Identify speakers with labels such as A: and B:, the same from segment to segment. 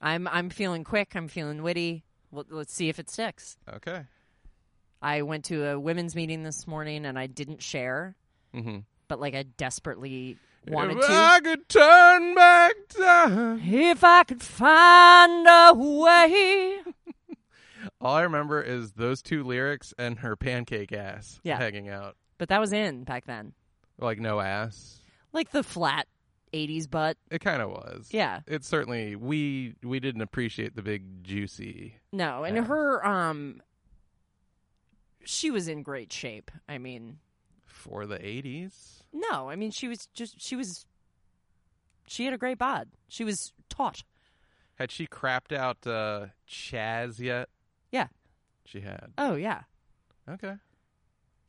A: I'm I'm feeling quick. I'm feeling witty. Well, let's see if it sticks.
B: Okay.
A: I went to a women's meeting this morning and I didn't share,
B: Mm-hmm.
A: but like I desperately wanted
B: if
A: to.
B: I could turn back time.
A: If I could find a way.
B: All I remember is those two lyrics and her pancake ass
A: Yeah.
B: hanging out.
A: But that was in back then.
B: Like no ass.
A: Like the flat 80s butt.
B: It kind of was.
A: Yeah.
B: It certainly we we didn't appreciate the big juicy.
A: No, and
B: Yeah.
A: her um she was in great shape. I mean,
B: for the 80s.
A: no, I mean she was just she was she had a great bod. She was taut.
B: Had she crapped out uh, Chaz yet?
A: Yeah.
B: She had.
A: Oh yeah.
B: Okay.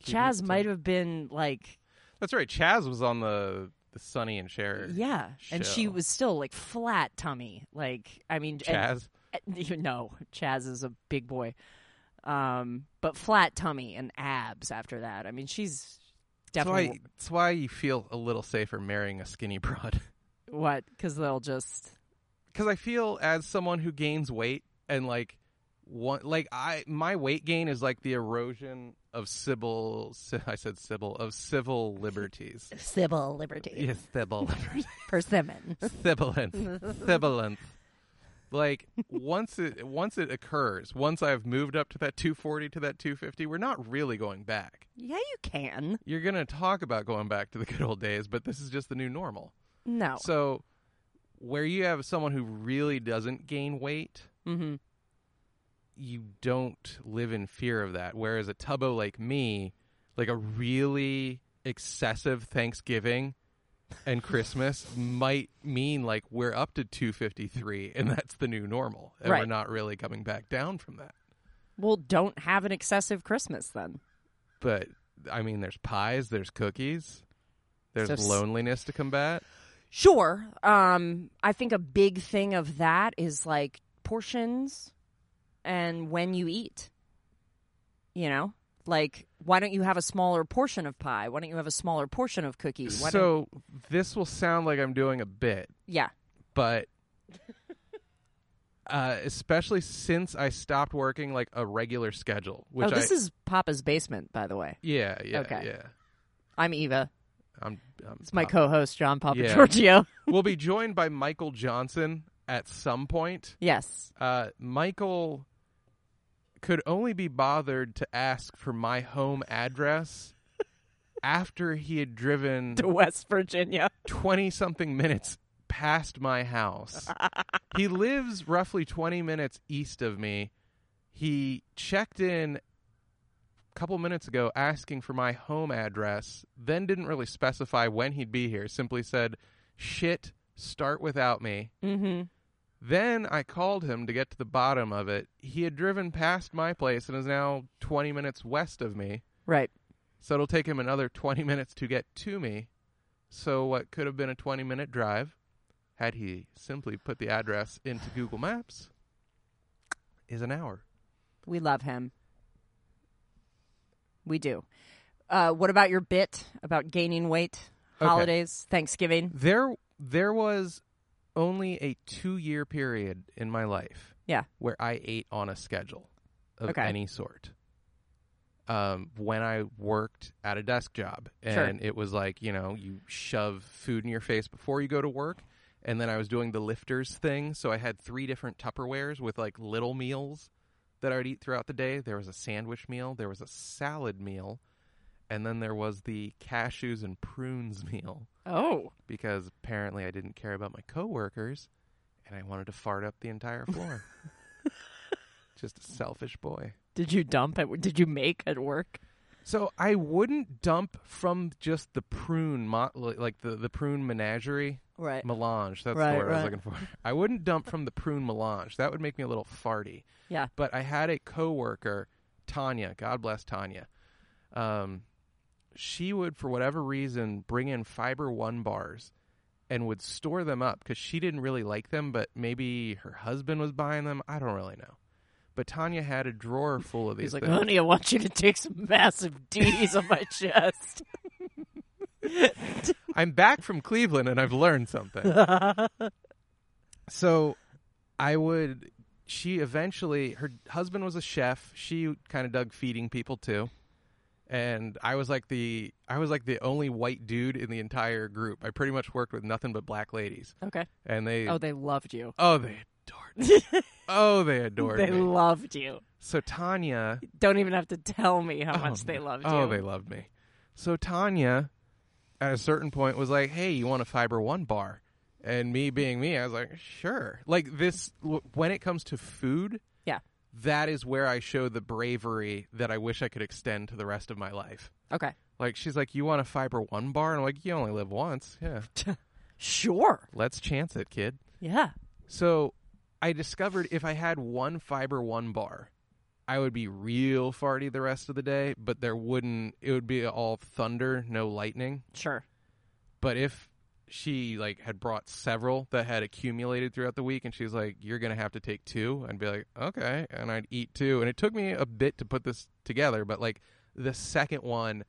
B: Keeping it
A: Chaz
B: simple.
A: might have been like
B: That's right. Chaz was on the, the Sonny and Cher.
A: yeah, and she
B: show.
A: was still like flat tummy. Like I mean, and-
B: Chaz.
A: and, you know, Chaz is a big boy, um, but flat tummy and abs after that. I mean, she's
B: That's why,
A: definitely
B: that's why you feel a little safer marrying a skinny broad.
A: what because they'll just
B: Because I feel as someone who gains weight and like one like I my weight gain is like the erosion of civil ci- I said civil of civil liberties.
A: civil liberty
B: yes, civil liberties.
A: persimmon.
B: sibilant sibilant like once it once it occurs once i've moved up to that 240 to that 250 we're not really going back
A: Yeah, you can.
B: you're going to talk about going back to the good old days but this is just the new normal
A: No.
B: so where you have someone who really doesn't gain weight
A: mm-hmm.
B: you don't live in fear of that whereas a tubbo like me like a really excessive thanksgiving and christmas might mean like we're up to 253 and that's the new normal and we're
A: Right.
B: not really coming back down from that
A: Well, don't have an excessive Christmas then.
B: but i mean there's pies there's cookies there's
A: So s-
B: loneliness to combat
A: Sure. Um, I think a big thing of that is like portions and when you eat. You know, like why don't you have a smaller portion of pie? Why don't you have a smaller portion of cookie? Why don't,
B: so this will sound like i'm doing a bit
A: yeah,
B: but uh, especially since I stopped working like a regular schedule, which
A: oh, this
B: I
A: is Papa's basement, by the way.
B: yeah yeah
A: Okay.
B: yeah.
A: I'm Eva.
B: I'm, I'm
A: It's my
B: Pop-
A: co-host John Papa
B: Yeah.
A: Giorgio.
B: we'll be joined by Michael Johnson at some point.
A: yes.
B: Uh, Michael could only be bothered to ask for my home address after he had driven
A: To West Virginia.
B: 20 something minutes past my house. he lives roughly 20 minutes east of me. He checked in a couple minutes ago asking for my home address, then didn't really specify when he'd be here, simply said, shit, start without me.
A: Mm-hmm.
B: Then I called him to get to the bottom of it. He had driven past my place and is now 20 minutes west of me.
A: Right.
B: So it'll take him another 20 minutes to get to me. So what could have been a 20 minute drive, had he simply put the address into Google Maps, is an hour.
A: We love him. We do. Uh, what about your bit about gaining weight?
B: Okay.
A: Holidays, Thanksgiving.
B: There there was only a 2 year period in my life
A: Yeah.
B: where I ate on a schedule of
A: Okay.
B: any sort. Um, when I worked at a desk job, and
A: Sure.
B: it was like you know you shove food in your face before you go to work, and then I was doing the lifters thing, so I had three different Tupperwares with like little meals that I would eat throughout the day. There was a sandwich meal, there was a salad meal, and then there was the cashews and prunes meal
A: Oh.
B: because apparently I didn't care about my coworkers and I wanted to fart up the entire floor. Just a selfish boy.
A: Did you dump it? Did you make at work?
B: So I wouldn't dump from just the prune, mo- li- like the, the prune menagerie,
A: Right.
B: melange. That's
A: Right,
B: the word I was
A: right.
B: looking for. I wouldn't dump from the prune melange. That would make me a little farty.
A: Yeah.
B: But I had a coworker, Tanya. God bless Tanya. Um, she would, for whatever reason, bring in fiber one bars and would store them up because she didn't really like them, but maybe her husband was buying them. I don't really know. But Tanya had a drawer full of these
A: He's like,
B: things.
A: honey, I want you to take some massive D's on my chest.
B: I'm back from Cleveland and I've learned something. so I would. She eventually, her husband was a chef. She kind of dug feeding people too, and I was like the I was like the only white dude in the entire group. I pretty much worked with nothing but black ladies,
A: Okay.
B: and they
A: Oh,
B: oh,
A: they loved you.
B: they adored me.
A: they
B: oh they adored me.
A: loved you.
B: so Tanya,
A: Don't even have to tell me how
B: Oh,
A: much they loved
B: oh
A: you.
B: they loved me. So Tanya, at a certain point, was like, "Hey, you want a Fiber One bar?" And me being me, I was like, "Sure." Like this, w- when it comes to food,
A: Yeah.
B: that is where I show the bravery that I wish I could extend to the rest of my life.
A: okay.
B: Like she's like, "You want a Fiber One bar?" And I'm like, "You only live once. Yeah,
A: Sure.
B: let's chance it, kid."
A: Yeah.
B: So I discovered if I had one fiber one bar, I would be real farty the rest of the day, but there wouldn't it would be all thunder, no lightning.
A: Sure.
B: But if she like had brought several that had accumulated throughout the week and she's like, You're gonna have to take two I'd be like, Okay and I'd eat two and it took me a bit to put this together, but like the second one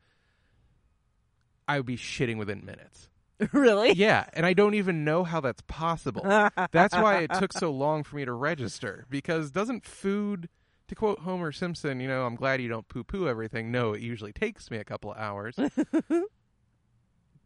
B: I would be shitting within minutes.
A: really?
B: Yeah, and I don't even know how that's possible. That's why it took so long for me to register because doesn't food, to quote Homer Simpson, you know, I'm glad you don't poo poo everything. No, it usually takes me a couple of hours.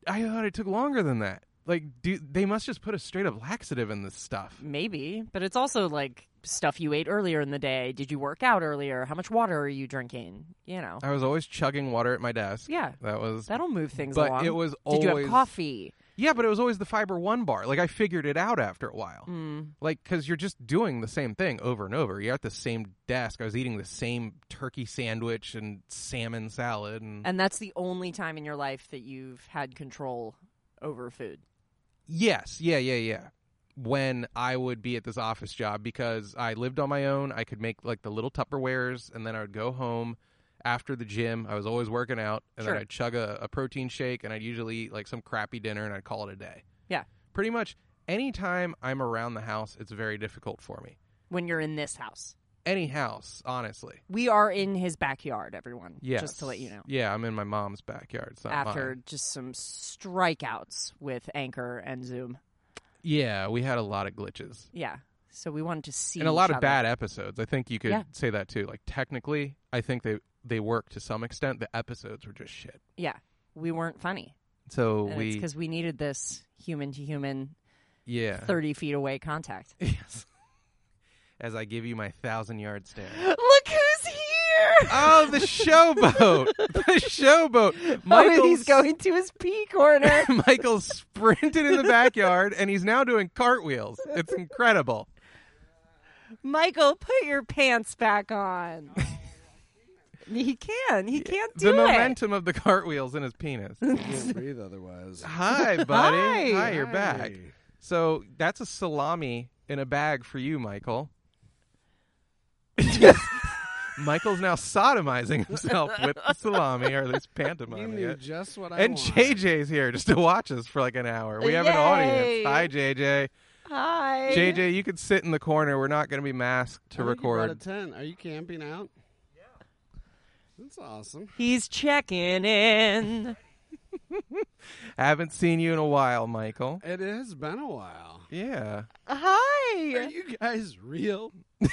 B: I thought it took longer than that. Like, do, they must just put a straight up laxative in this stuff.
A: Maybe, but it's also like stuff you ate earlier in the day. Did you work out earlier? How much water are you drinking? You know.
B: I was always chugging water at my desk.
A: Yeah.
B: That was,
A: That'll move things
B: but
A: along.
B: it was
A: Did
B: always.
A: you have coffee?
B: Yeah, but it was always the fiber one bar. Like, I figured it out after a while.
A: Mm.
B: Like, because you're just doing the same thing over and over. You're at the same desk. I was eating the same turkey sandwich and salmon salad. And,
A: And that's the only time in your life that you've had control over food.
B: yes, yeah, yeah, yeah. When I would be at this office job because I lived on my own, I could make like the little Tupperwares, and then I would go home after the gym. I was always working out, and
A: Sure.
B: then I'd chug a, a protein shake, and I'd usually eat like some crappy dinner, and I'd call it a day.
A: Yeah.
B: Pretty much anytime I'm around the house, it's very difficult for me.
A: When you're in this house,
B: Any house, honestly.
A: we are in his backyard. Everyone,
B: Yes. Uh-huh.
A: just to let you know.
B: Yeah, I'm in my mom's backyard. It's not
A: After
B: mine.
A: just some strikeouts with Anchor and Zoom,
B: Yeah, we had a lot of glitches.
A: yeah. So we wanted to see
B: and a lot
A: each
B: of
A: other.
B: bad episodes. I think you could
A: Yeah.
B: say that too. Like technically, I think they they work to some extent. The episodes were just shit.
A: Yeah, we weren't funny,
B: So
A: and it's
B: we
A: because we needed this human to human,
B: yeah.
A: thirty feet away contact.
B: Yes. As I give you my thousand yard stare.
A: Look who's here!
B: Oh, the showboat! the showboat!
A: Michael's...
B: Michael's
A: he's going to his pee corner.
B: Michael sprinted in the backyard, and he's now doing cartwheels. It's incredible.
A: Michael, put your pants back on. he can. He can't do
B: the
A: it.
B: momentum of the cartwheels in his penis.
C: Can't breathe otherwise.
B: Hi, buddy.
A: Hi.
B: Ah, you're back.
C: Hey.
B: So that's a salami in a bag for you, Michael. Michael's now sodomizing himself with the salami, or at least
C: You
B: pantomiming
C: knew
B: it.
C: just what I
B: And
C: wanted.
B: JJ's here just to watch us for like an hour. We have an
A: Yay.
B: audience. Hi, JJ.
A: Hi.
B: JJ, you could sit in the corner. We're not going to be masked
C: I
B: to
A: Oh,
C: think you brought a
B: record.
C: tent. Are you camping out? Yeah. That's awesome.
A: He's checking in.
B: I haven't seen you in a while, Michael.
C: It has been a while.
B: Yeah.
C: Are
A: Hi.
C: you guys real?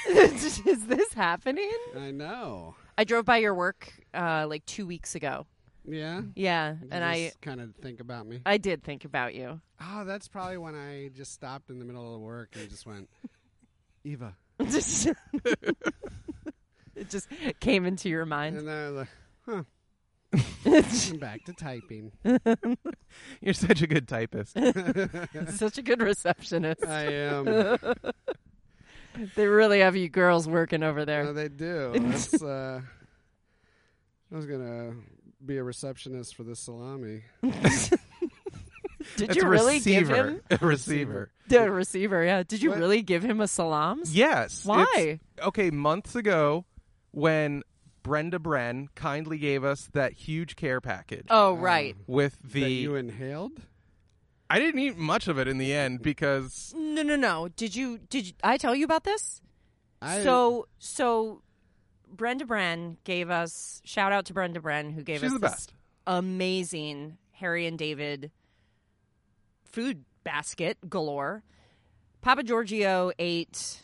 A: Is this happening?
C: I know.
A: I drove by your work uh, like two weeks ago.
C: Yeah.
A: Yeah, and I
C: kind of think about me.
A: I did think about you.
C: Oh, that's probably when I just stopped in the middle of work and just went, Eva.
A: Just- it just came into your mind.
C: And then I was like, huh,
A: It's
C: I'm back to typing.
B: You're such a good typist.
A: Such a good receptionist.
C: I am. Um,
A: They really have you girls working over
C: no,
B: Um,
A: there.
C: they do. That's, uh, I was gonna be a receptionist for the salami.
A: Did
B: That's
A: you
B: a
A: really
B: receiver.
A: give him
B: A receiver.
A: the receiver? Yeah. Did you
C: What?
A: really give him a salams?
B: Yes. it's-
A: Why?
B: okay, months ago when Brenda Bren kindly gave us that huge care package
A: Oh, right.
B: with
C: that you
B: the
C: inhaled.
B: I didn't eat much of it in the end because
A: No, no, no. Did you did you, I tell you about this?
C: I,
A: So so Brenda Bren gave us shout out to Brenda Bren who gave
B: she's
A: us
B: the
A: this
B: best.
A: amazing Harry and David food basket galore. Papa Giorgio ate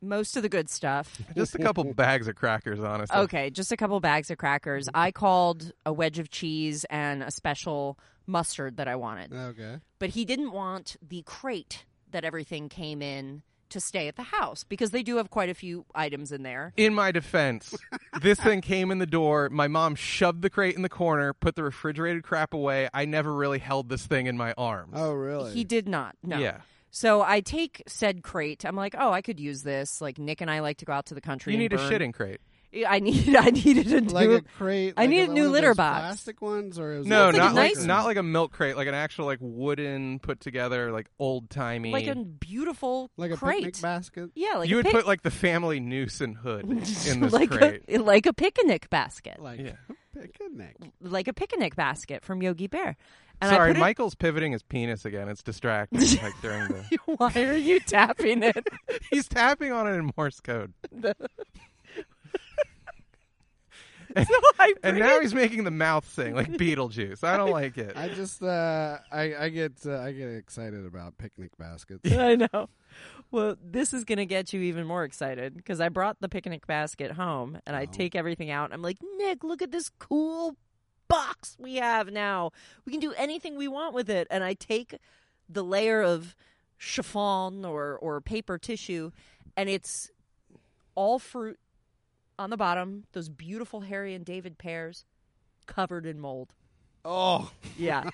A: most of the good stuff.
B: Just a couple bags of crackers, honestly.
A: Okay, just a couple bags of crackers.
B: Mm-hmm.
A: I called a wedge of cheese and a special mustard that I wanted.
C: Okay.
A: But he didn't want the crate that everything came in to stay at the house because they do have quite a few items in there.
B: In my defense, this thing came in the door. My mom shoved the crate in the corner, put the refrigerated crap away. I never really held this thing in my arms.
C: Oh, really?
A: He did not. No.
B: Yeah.
A: So I take said crate. I'm like, "Oh, I could use this." Like Nick and I like to go out to the country
B: You
A: and
B: need a
A: burn-
B: shitting crate.
A: I need I needed a
C: like
A: new
C: a crate.
A: I
C: like
A: need a
C: one
A: new
C: of
A: litter
C: those
A: box.
C: Plastic ones, or it was
B: No,
A: like a
B: not like
A: nice-
B: not like a milk crate, like an actual like wooden put together like old timey.
A: like a beautiful
C: like a
A: crate.
C: picnic basket.
A: Yeah, like
B: you
A: a
B: would
A: pic-
B: put like the family noose and hood in this
A: like
B: crate.
A: a like a picnic basket,
C: Like
B: Yeah.
C: a picnic.
A: like a picnic basket from Yogi Bear. And I
B: Sorry,
A: put it-
B: Michael's pivoting his penis again. It's distracting. like during the
A: Why are you tapping it?
B: he's tapping on it in Morse code,
A: no, I
B: and now he's making the mouth sing like Beetlejuice. I don't like it.
C: I just uh, I I get uh, I get excited about picnic baskets.
A: I know. Well, this is going to get you even more excited because I brought the picnic basket home and I
C: Oh.
A: take everything out. And I'm like, Nick, look at this cool box we have now. We can do anything we want with it. And I take the layer of chiffon or, or paper tissue and it's all fruit on the bottom, those beautiful Harry and David pears covered in mold.
C: oh,
A: Yeah.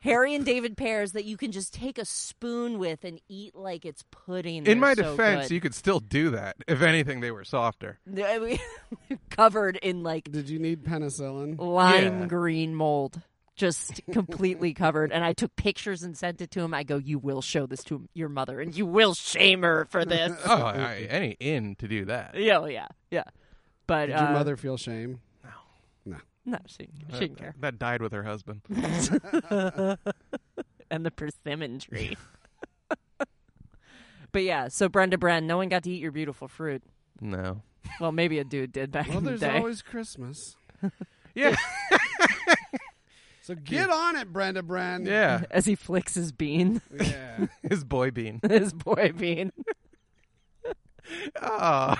A: Harry and David pears that you can just take a spoon with and eat like it's pudding.
B: in my
A: They're so
B: defense,
A: good.
B: you could still do that. If anything, they were softer.
A: I mean, covered in like
C: did you need penicillin?
A: lime
B: Yeah.
A: green mold. Just completely covered, and I took pictures and sent it to him. I go, "You will show this to your mother, and you will shame her for this."
B: Oh, I, any in to do that.
A: yeah, oh, yeah, yeah. But
C: Did
A: uh,
C: your mother feel shame?
A: no, she, she didn't care.
B: That died with her husband.
A: and the persimmon tree. but yeah, so Brenda Bren, no one got to eat your beautiful fruit.
B: No.
A: Well, maybe a dude did back
C: Well,
A: in the
C: there's
A: day.
C: always Christmas.
B: Yeah.
C: So get on it, Brenda Bren.
B: Yeah.
A: As he flicks his bean,
C: Yeah.
B: His boy bean.
A: his boy bean.
B: Oh.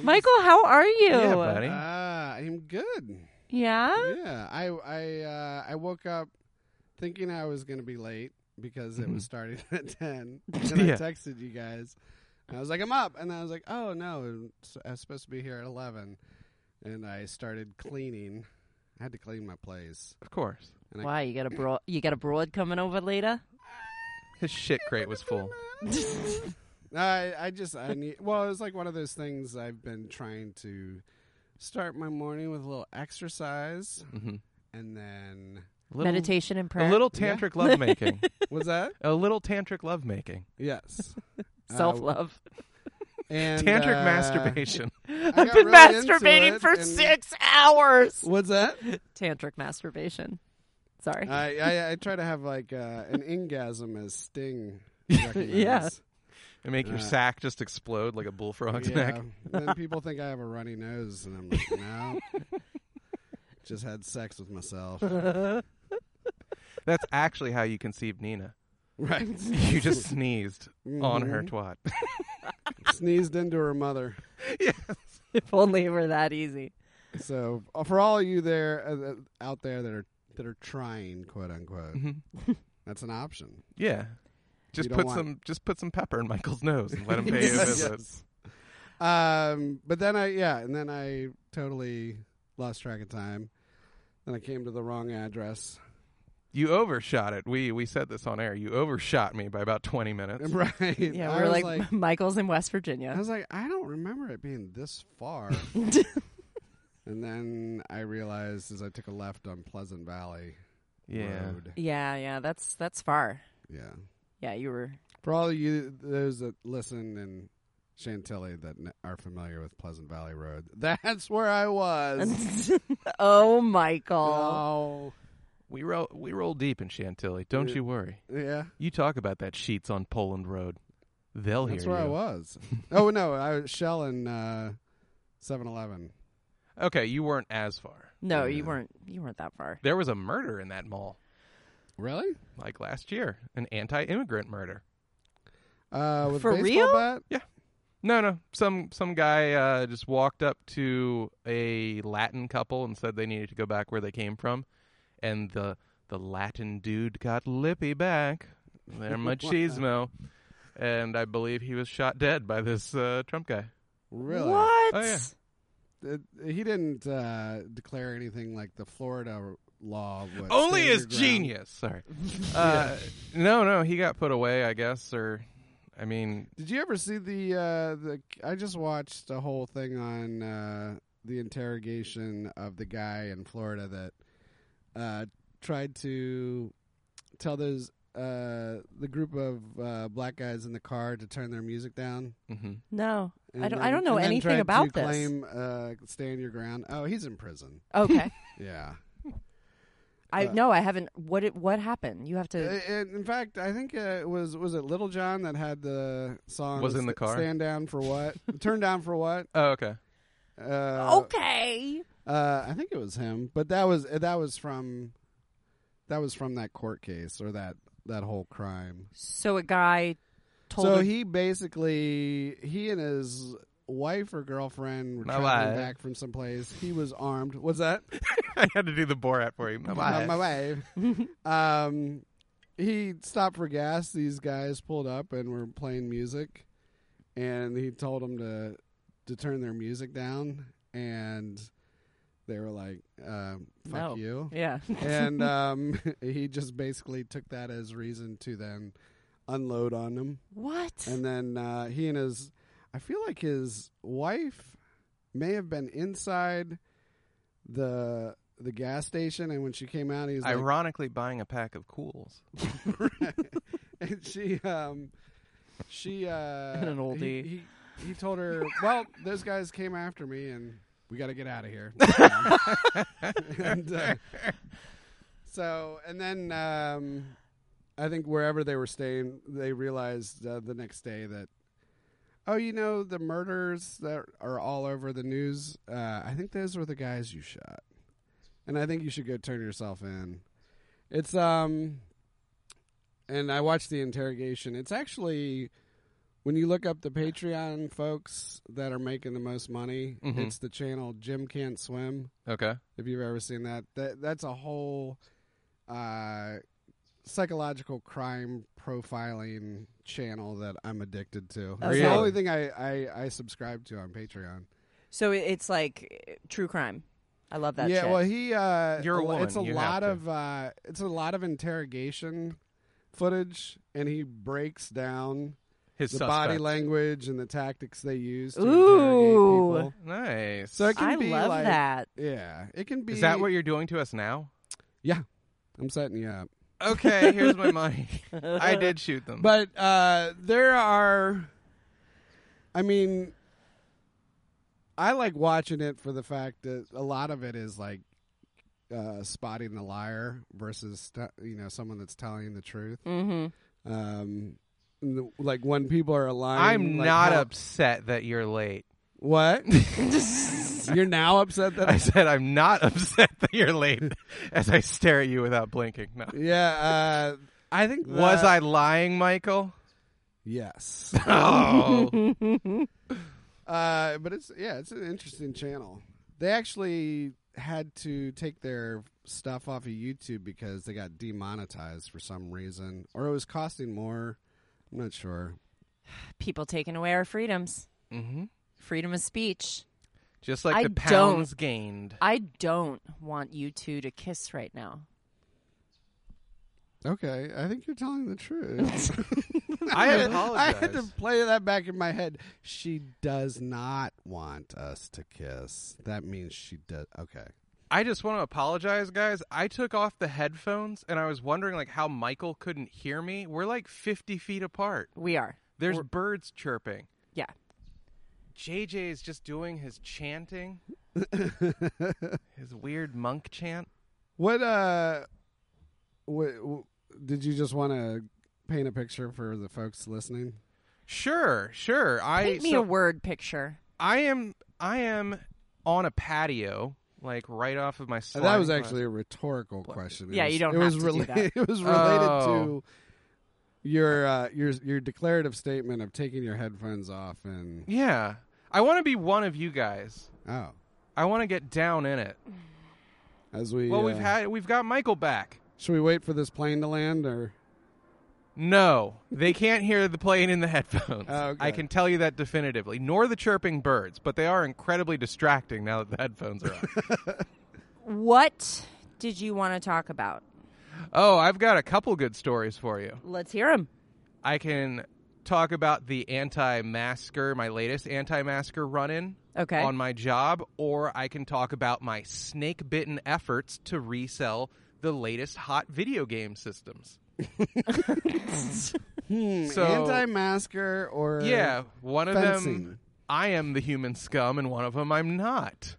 A: Michael, how are you?
B: Yeah, buddy.
C: Ah, I'm good.
A: Yeah?
C: Yeah, I I uh, I woke up thinking I was going to be late because it was starting at ten, and
B: Yeah.
C: I texted you guys. And I was like, I'm up, and I was like, oh no, it's- I was supposed to be here at eleven, and I started cleaning. I had to clean my place.
B: Of course.
A: Why you got a broad? You got a broad coming over later?
B: His shit crate was full.
C: I I just I need. Well, it was like one of those things I've been trying to start my morning with a little exercise,
B: Mm-hmm.
C: and then
B: Little,
A: Meditation and
B: A
A: prayer.
B: little tantric lovemaking.
C: was that
B: A little tantric lovemaking.
C: yes. Uh,
A: self love.
C: and
B: Tantric
C: uh,
B: masturbation.
A: I've
C: got
A: been
C: really into
A: masturbating
C: it,
A: for
C: and-
A: six hours.
C: What's that?
A: Tantric masturbation. Sorry.
C: I, I I try to have like uh, an ingasm as Sting. recognized.
B: And make your
C: Uh,
B: sack just explode like a bullfrog's
C: yeah.
B: neck.
C: Then people think I have a runny nose, and I'm like, no. Just had sex with myself.
B: That's actually how you conceived Nina.
C: Right.
B: You just sneezed on her
C: Mhm.
B: twat.
C: Sneezed into her mother.
A: if only it were that easy.
C: So uh, for all you there uh, uh, out there that are that are trying, quote unquote,
B: Mhm.
C: that's an option.
B: Yeah. Just
C: don't
B: put
C: want-
B: some just put some pepper in Michael's nose and let him pay you a
C: Yes.
B: visit.
C: Um, but then I yeah, and then I totally lost track of time. Then I came to the wrong address.
B: You overshot it. We we said this on air. You overshot me by about twenty minutes.
C: Right.
A: Yeah,
C: I
A: we're
C: was
A: like, Michael's in West
C: I
A: Virginia.
C: was like, I don't remember it being this far. and then I realized as I took a left on Pleasant Valley
B: Yeah.
C: Road.
A: yeah, yeah. That's that's far.
C: Yeah.
A: Yeah, you were.
C: For all of you those that listen in Chantilly that kn- are familiar with Pleasant Valley Road, that's where I was.
A: oh, Michael.
C: oh,
B: We roll we roll deep in Chantilly. Don't
C: Yeah.
B: you worry.
C: Oh, yeah.
B: You talk about that sheets on Poland Road. They'll
C: That's
B: hear
C: where I
B: you.
C: was. oh no, I was Shell and uh, 7-Eleven.
B: Okay, you weren't as far.
A: No,
C: Yeah.
A: you weren't. You weren't that far.
B: There was a murder in that mall
C: Really?
B: like last year, an anti-immigrant murder.
C: Uh, with
A: For
C: a baseball
A: real?
C: bat?
B: No, no. Some some guy uh, just walked up to a Latin couple and said they needed to go back where they came from, and the the Latin dude got lippy back. They're machismo, and I believe he was shot dead by this uh, Trump guy.
C: Really?
A: What?
B: Oh, yeah.
C: It- he didn't uh, declare anything like the Florida law. Would
B: Only
C: stand
B: his
C: your ground.
B: genius. Sorry. Uh, No, no. He got put away, I guess, or I mean,
C: Did you ever see the uh, the? I just watched a whole thing on uh, the interrogation of the guy in Florida that uh, tried to tell those uh, the group of uh, black guys in the car to turn their music down.
B: mhm.
A: No.
C: and
A: I don't- I don't know
C: and then
A: anything
C: tried
A: about
C: to
A: this.
C: Claim uh, stand your ground. Oh, he's in prison.
A: Okay.
C: Yeah.
A: I
C: Uh,
A: no, I haven't. What it, what happened? You have
C: Uh,
A: to.
C: and in fact, I think uh, it was was it Little John that had the song
B: Was in the
C: St-
B: car?
C: Stand down for what? Turn down for what?
B: Oh, okay.
C: Uh,
A: Oh. okay.
C: Uh, I think it was him, but that was that was from that was from that court case or that that whole crime.
A: So a guy told.
C: so
A: a-
C: he basically he and his wife or girlfriend were
B: My
C: traveling
B: wife.
C: back from someplace. He was armed. What's that?
B: I had to do the Borat for you. My
C: Uh,
B: bad.
C: my wife. um, he stopped for gas. These guys pulled up and were playing music, and he told them to to turn their music down, and they were like, um, "Fuck
A: No.
C: you."
A: yeah.
C: and um, he just basically took that as reason to then unload on him.
A: What?
C: And then uh, he and his, I feel like his wife may have been inside the the gas station, and when she came out, he's like,
B: Ironically, buying a pack of cools.
C: and she um, she uh,
A: And an oldie.
C: He, he, he told her, well, those guys came after me, and we got to get out of here. and uh, so, and then um, I think wherever they were staying, they realized uh, the next day that, oh, you know, the murders that are all over the news. Uh, I think those were the guys you shot, and I think you should go turn yourself in. It's um, and I watched the interrogation. It's actually. When you look up the Patreon folks that are making the most money,
B: Mhm.
C: it's the channel Jim Can't Swim
B: Okay.
C: if you've ever seen that. that that's a whole uh, psychological crime profiling channel that I'm addicted to. It's
A: Really?
C: the only thing I, I, I subscribe to on Patreon.
A: so it- it's like uh, true crime. I love that.
C: yeah,
A: shit.
C: well, he uh,
B: You're a
C: well,
B: woman,
C: It's a
B: you have
C: lot
B: to.
C: of uh, it's a lot of interrogation footage, and he breaks down
B: His
C: the body
B: suspect.
C: language and the tactics they use to
A: Ooh.
C: interrogate people.
B: Nice.
C: So it can
A: I
C: be
A: love
C: like,
A: that.
C: Yeah, it can be.
B: Is that what you're doing to us now?
C: I'm setting you up?
B: Okay, here's my money. I did shoot them.
C: But uh, there are, I mean, I like watching it for the fact that a lot of it is like uh, spotting the liar versus t- you know someone that's telling the truth.
A: Mm-hmm.
C: Um, and the- like when people are lying,
B: I'm
C: like
B: not
C: how-
B: upset that you're late.
C: What you're now upset that
B: I said I'm not upset that you're late as I stare at you without blinking. No.
C: yeah. Uh, I think
B: Was
C: that-
B: I lying, Michael?
C: yes.
B: Oh.
C: Uh, but it's yeah, it's an interesting channel. They actually had to take their stuff off of YouTube because they got demonetized for some reason, or it was costing more. I'm not sure.
A: People taking away our freedoms,
B: hmm
A: freedom of speech.
B: Just like
A: I
B: the
A: don't.
B: pounds gained.
A: I don't want you two to kiss right now.
C: Okay, I think you're telling the truth.
B: I
C: I had to
B: apologize.
C: play that back in my head. She does not want us to kiss. That means she does. Okay.
B: I just want to apologize, guys. I took off the headphones and I was wondering like how Michael couldn't hear me. We're like 50 feet apart.
A: We are.
B: There's birds chirping.
A: Yeah.
B: JJ is just doing his chanting, his weird monk chant.
C: What uh, what, did you just want to paint a picture for the folks listening?
B: Sure, sure. I
A: Paint me
B: so
A: a word picture.
B: I am I am on a patio, like right off of my.
C: Uh,
B: Sliding
C: That was
B: glass.
C: actually a rhetorical question. It
A: Yeah,
C: was-
A: you don't
C: It
A: have
C: was
A: to do
C: related.
A: that.
C: It was related
B: Oh.
C: to your uh, your your declarative statement of taking your headphones off and
B: Yeah. I want to be one of you guys.
C: oh,
B: I want to get down in it.
C: as we
B: Well, we've
C: uh,
B: had we've got Michael back.
C: Should we wait for this plane to land or?
B: No, they can't hear the plane in the headphones.
C: Oh, okay.
B: I can tell you that definitively. Nor the chirping birds, but they are incredibly distracting now that the headphones are on.
A: What did you want to talk about?
B: oh, I've got a couple good stories for you.
A: Let's hear him.
B: I can talk about the anti-masker, my latest anti-masker run-in
A: Okay.
B: on my job, or I can talk about my snake-bitten efforts to resell the latest hot video game systems.
C: Hmm,
B: So-
C: anti-masker or
B: Yeah, one of
C: Uh, fencing.
B: them I am the human scum, and one of them I'm not.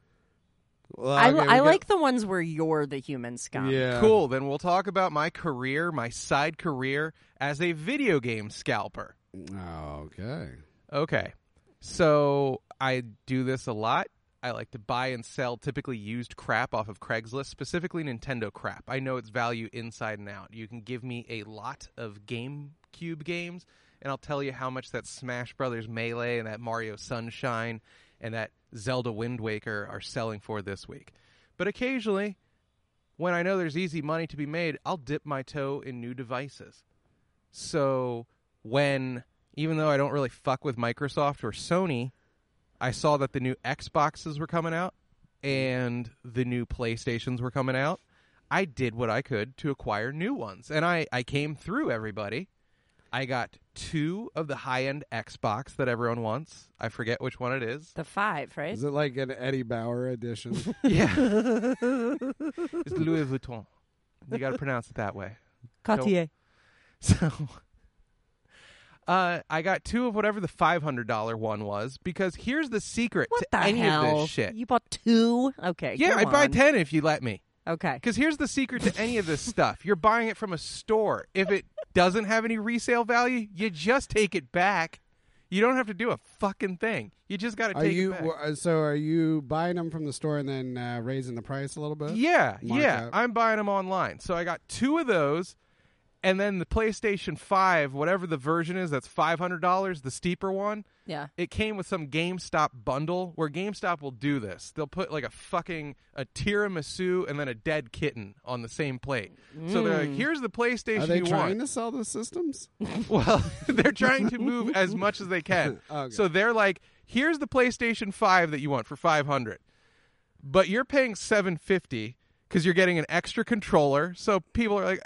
C: Well,
A: I,
C: okay, we
A: I
C: got-
A: like the ones where you're the human scum.
C: yeah
B: Cool. Then we'll talk about my career, my side career as a video game scalper.
C: okay
B: Okay. So I do this a lot. I like to buy and sell typically used crap off of Craigslist, specifically Nintendo crap. I know its value inside and out. You can give me a lot of GameCube games, and I'll tell you how much that Smash Brothers Melee and that Mario Sunshine and that Zelda Wind Waker are selling for this week. But occasionally, when I know there's easy money to be made, I'll dip my toe in new devices. So when even though I don't really fuck with Microsoft or Sony, I saw that the new Xboxes were coming out and the new PlayStations were coming out. I did what I could to acquire new ones. And I, I came through everybody. I got two of the high end Xbox that everyone wants. I forget which one it is.
A: The five, right?
C: is it like an Eddie Bauer edition
B: Yeah. it's Louis Vuitton. You got to pronounce it that way. Cartier. So uh, I got two of whatever the $500 one was because here's the secret
A: What
B: to
A: the
B: any
A: hell?
B: of this shit.
A: You bought two? Okay.
B: yeah,
A: go
B: I'd buy
A: on.
B: 10 if you let me.
A: Okay.
B: Because here's the secret to any of this stuff you're buying it from a store. If it doesn't have any resale value, you just take it back. You don't have to do a fucking thing. You just got to
C: are
B: take
C: you
B: it back.
C: w- uh, so are you buying them from the store and then uh, raising the price a little bit
B: Yeah, yeah.
C: markup.
B: I'm buying them online. So I got two of those, and then the PlayStation 5, whatever the version is, that's $500, the steeper one.
A: Yeah.
B: It came with some GameStop bundle where GameStop will do this. They'll put like a fucking a tiramisu and then a dead kitten on the same plate. So they're like, here's the PlayStation
C: are they
B: you
C: trying
B: want.
C: to sell the systems
B: Well, they're trying to move as much as they can.
C: Okay.
B: So they're like, here's the PlayStation 5 that you want for 500. But you're paying 750 cuz you're getting an extra controller. So people are like,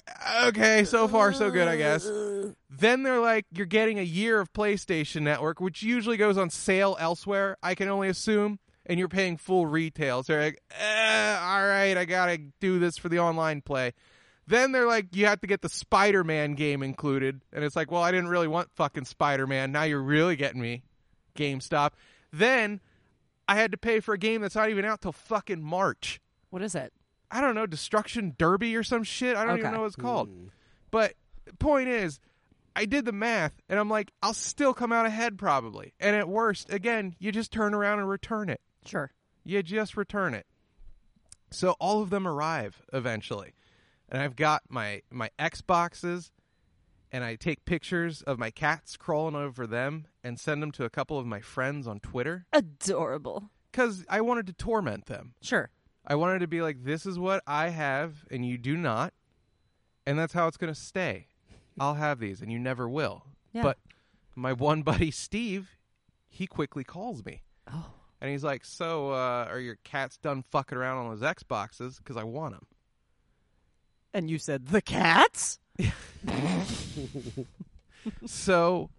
B: okay, so far so good, I guess. Then they're like, you're getting a year of PlayStation Network, which usually goes on sale elsewhere, I can only assume, and you're paying full retail. So they're like, eh, all right, I got to do this for the online play. Then they're like, you have to get the Spider Man game included. And it's like, well, I didn't really want fucking Spider Man. Now you're really getting me, GameStop. Then I had to pay for a game that's not even out till fucking March.
A: What is it?
B: I don't know, Destruction Derby or some shit. I don't even
A: Okay.
B: know what it's called. But point is, I did the math and I'm like, I'll still come out ahead probably. And at worst, again, you just turn around and return it.
A: Sure.
B: You just return it. So all of them arrive eventually. And I've got my my Xboxes and I take pictures of my cats crawling over them and send them to a couple of my friends on Twitter
A: Adorable.
B: cuz I wanted to torment them.
A: Sure.
B: I wanted to be like, this is what I have, and you do not, and that's how it's going to stay. I'll have these, and you never will.
A: Yeah.
B: But my one buddy Steve, he quickly calls me,
A: Oh.
B: and he's like, "So, uh, are your cats done fucking around on those Xboxes? Because I want them."
A: And you said the cats?
B: so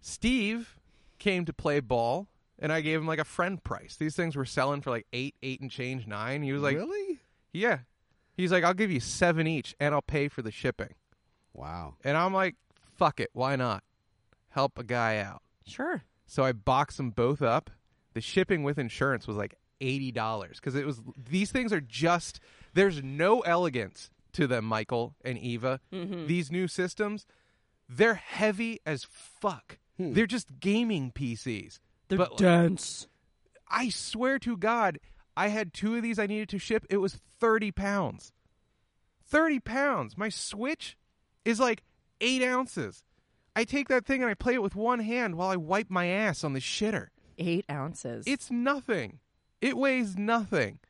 B: Steve came to play ball, and I gave him like a friend price. These things were selling for like eight, eight and change, nine. He was like,
C: really
B: "Yeah." He's like, "I'll give you seven each, and I'll pay for the shipping."
C: wow
B: And I'm like, fuck it, why not? Help a guy out.
A: Sure.
B: So I boxed them both up. The shipping with insurance was like eighty dollars because it was these things are just there's no elegance to them, Michael and Eva. These new systems, they're heavy as fuck. They're just gaming PCs. but
A: dense.
B: I swear to God, I had two of these I needed to ship. It was 30 pounds. 30 pounds. My Switch is like eight ounces. I take that thing and I play it with one hand while I wipe my ass on the shitter.
A: Eight ounces.
B: It's nothing. It weighs nothing.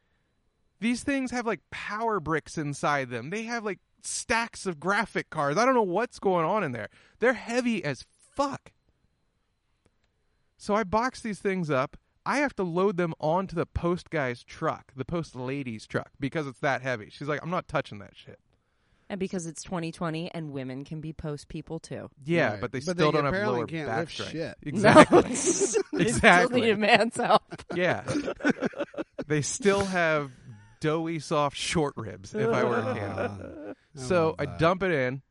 B: These things have like power bricks inside them. They have like stacks of graphic cards. I don't know what's going on in there. They're heavy as fuck. So I box these things up. I have to load them onto the post guy's truck, the post lady's truck, because it's that heavy. She's like, I'm not touching that shit.
A: and because it's 2020 and women can be post people too.
B: Yeah,
C: Right.
B: but they
C: But they
B: still don't have
C: apparently
B: lower
C: can't
B: back
C: lift
B: strength.
C: shit.
B: Exactly.
A: No. They still
B: Exactly.
A: need a man's help.
B: Yeah. they still have doughy, soft short ribs, if I were him.
C: Uh,
B: So
C: love
B: I
C: that.
B: dump it in.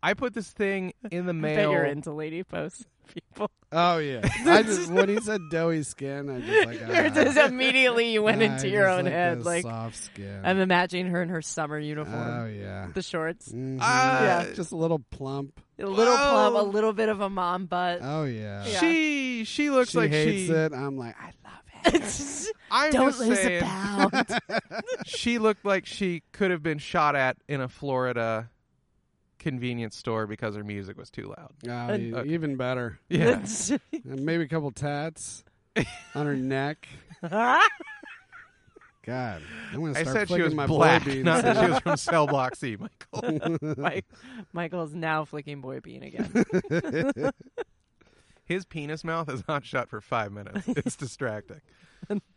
B: I put this thing in the mail.
A: Bigger into lady post people.
C: oh yeah, I just when he said doughy skin, I just like
A: You're
C: ah.
A: just immediately you went
C: I
A: into your
C: just
A: own
C: like
A: head.
C: the
A: Like
C: soft skin.
A: I'm imagining her in her summer uniform,
C: oh yeah,
A: the shorts,
C: Mhm.
B: Ah.
A: Yeah.
C: just a little plump.
A: a little plump, a
B: Whoa.
A: little bit of a mom butt.
C: Oh yeah,
A: Yeah.
B: She she looks
C: she
B: like
C: hates
B: she.
C: it. I'm like, I love it.
A: Don't
B: I'm just
A: lose
B: saying,
A: a pound.
B: she looked like she could have been shot at in a Florida convenience store because her music was too loud.
C: Oh,
A: And-
C: e-
B: Okay.
C: Even better.
B: Yeah,
C: And maybe a couple tats on her neck. God, I'm gonna
B: I
C: start
B: said she
C: flicking
B: was
C: my
B: black,
C: boy
B: not that she was from Cell Block C, Michael.
A: Mike, Michael's now flicking boy bean again.
B: His penis mouth is not shut for five minutes. It's distracting.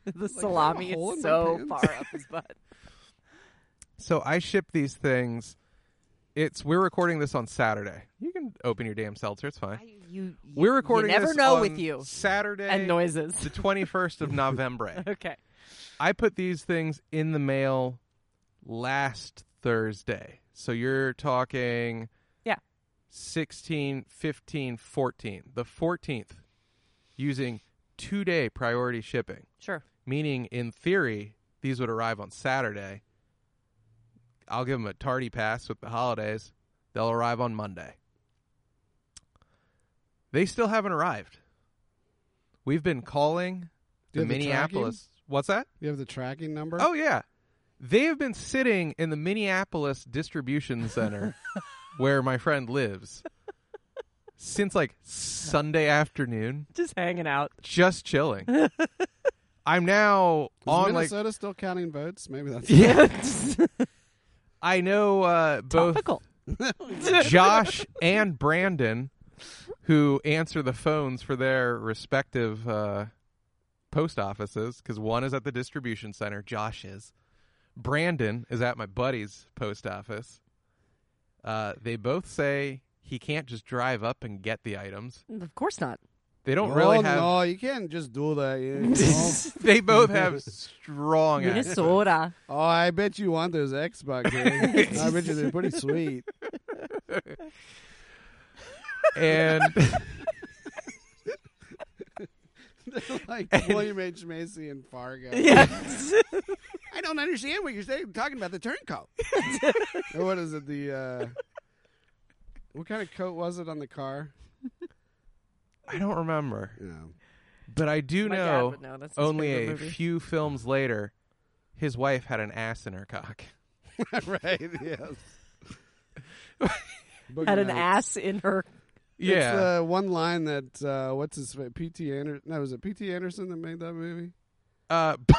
A: the salami
C: hole in
A: is
C: my
A: so
C: pants?
A: far up his butt.
B: So I ship these things. It's we're recording this on Saturday. You can open your damn seltzer. It's fine.
A: You,
B: We're recording.
A: never
B: this
A: know
B: on
A: with you
B: Saturday
A: and noises.
B: the twenty first of November.
A: Okay.
B: I put these things in the mail last Thursday. So you're talking
A: Yeah.
B: 16, 15, 14. The 14th using 2-day priority shipping,
A: Sure.
B: meaning in theory these would arrive on Saturday. I'll give them a tardy pass with the holidays. They'll arrive on Monday. They still haven't arrived. We've been calling
C: Do you
B: the
C: have the tracking?
B: Minneapolis. What's that?
C: You have the tracking number.
B: Oh yeah. They have been sitting in the Minneapolis distribution center where my friend lives since like Sunday afternoon,
A: Just hanging out.
B: just chilling. I'm now
C: Is
B: on like
C: Minnesota still counting votes? Maybe that's
B: yeah. I know uh, both
A: Topical.
B: Josh and Brandon who answer the phones for their respective uh, post offices because one is at the distribution center, Josh is. Brandon is at my buddy's post office. Uh, they both say he can't just drive up and get the items.
A: Of course not.
B: They don't
C: oh,
B: really have.
C: No, you can't just do that. you know.
B: They both have strong. accents.
A: Minnesota.
C: oh, I bet you want those Xbox games. I bet you they're pretty sweet.
B: and
C: They're like William H Macy and Fargo.
A: Yes.
C: I don't understand what you're saying. talking about the turncoat. or what is it? The uh, what kind of coat was it on the car?
B: I don't remember,
C: You know.
B: but I do
A: My dad
B: know
A: would know. That's his
B: only a
A: favorite movie.
B: few films later, his wife had an ass in her cock.
C: right. Yes. Boogie
A: had an
C: Nights.
A: ass in her.
B: Yeah.
C: It's the one line that uh, what's his fa- P.T. Anderson? No, was it P.T. Anderson that made that movie?
B: Uh,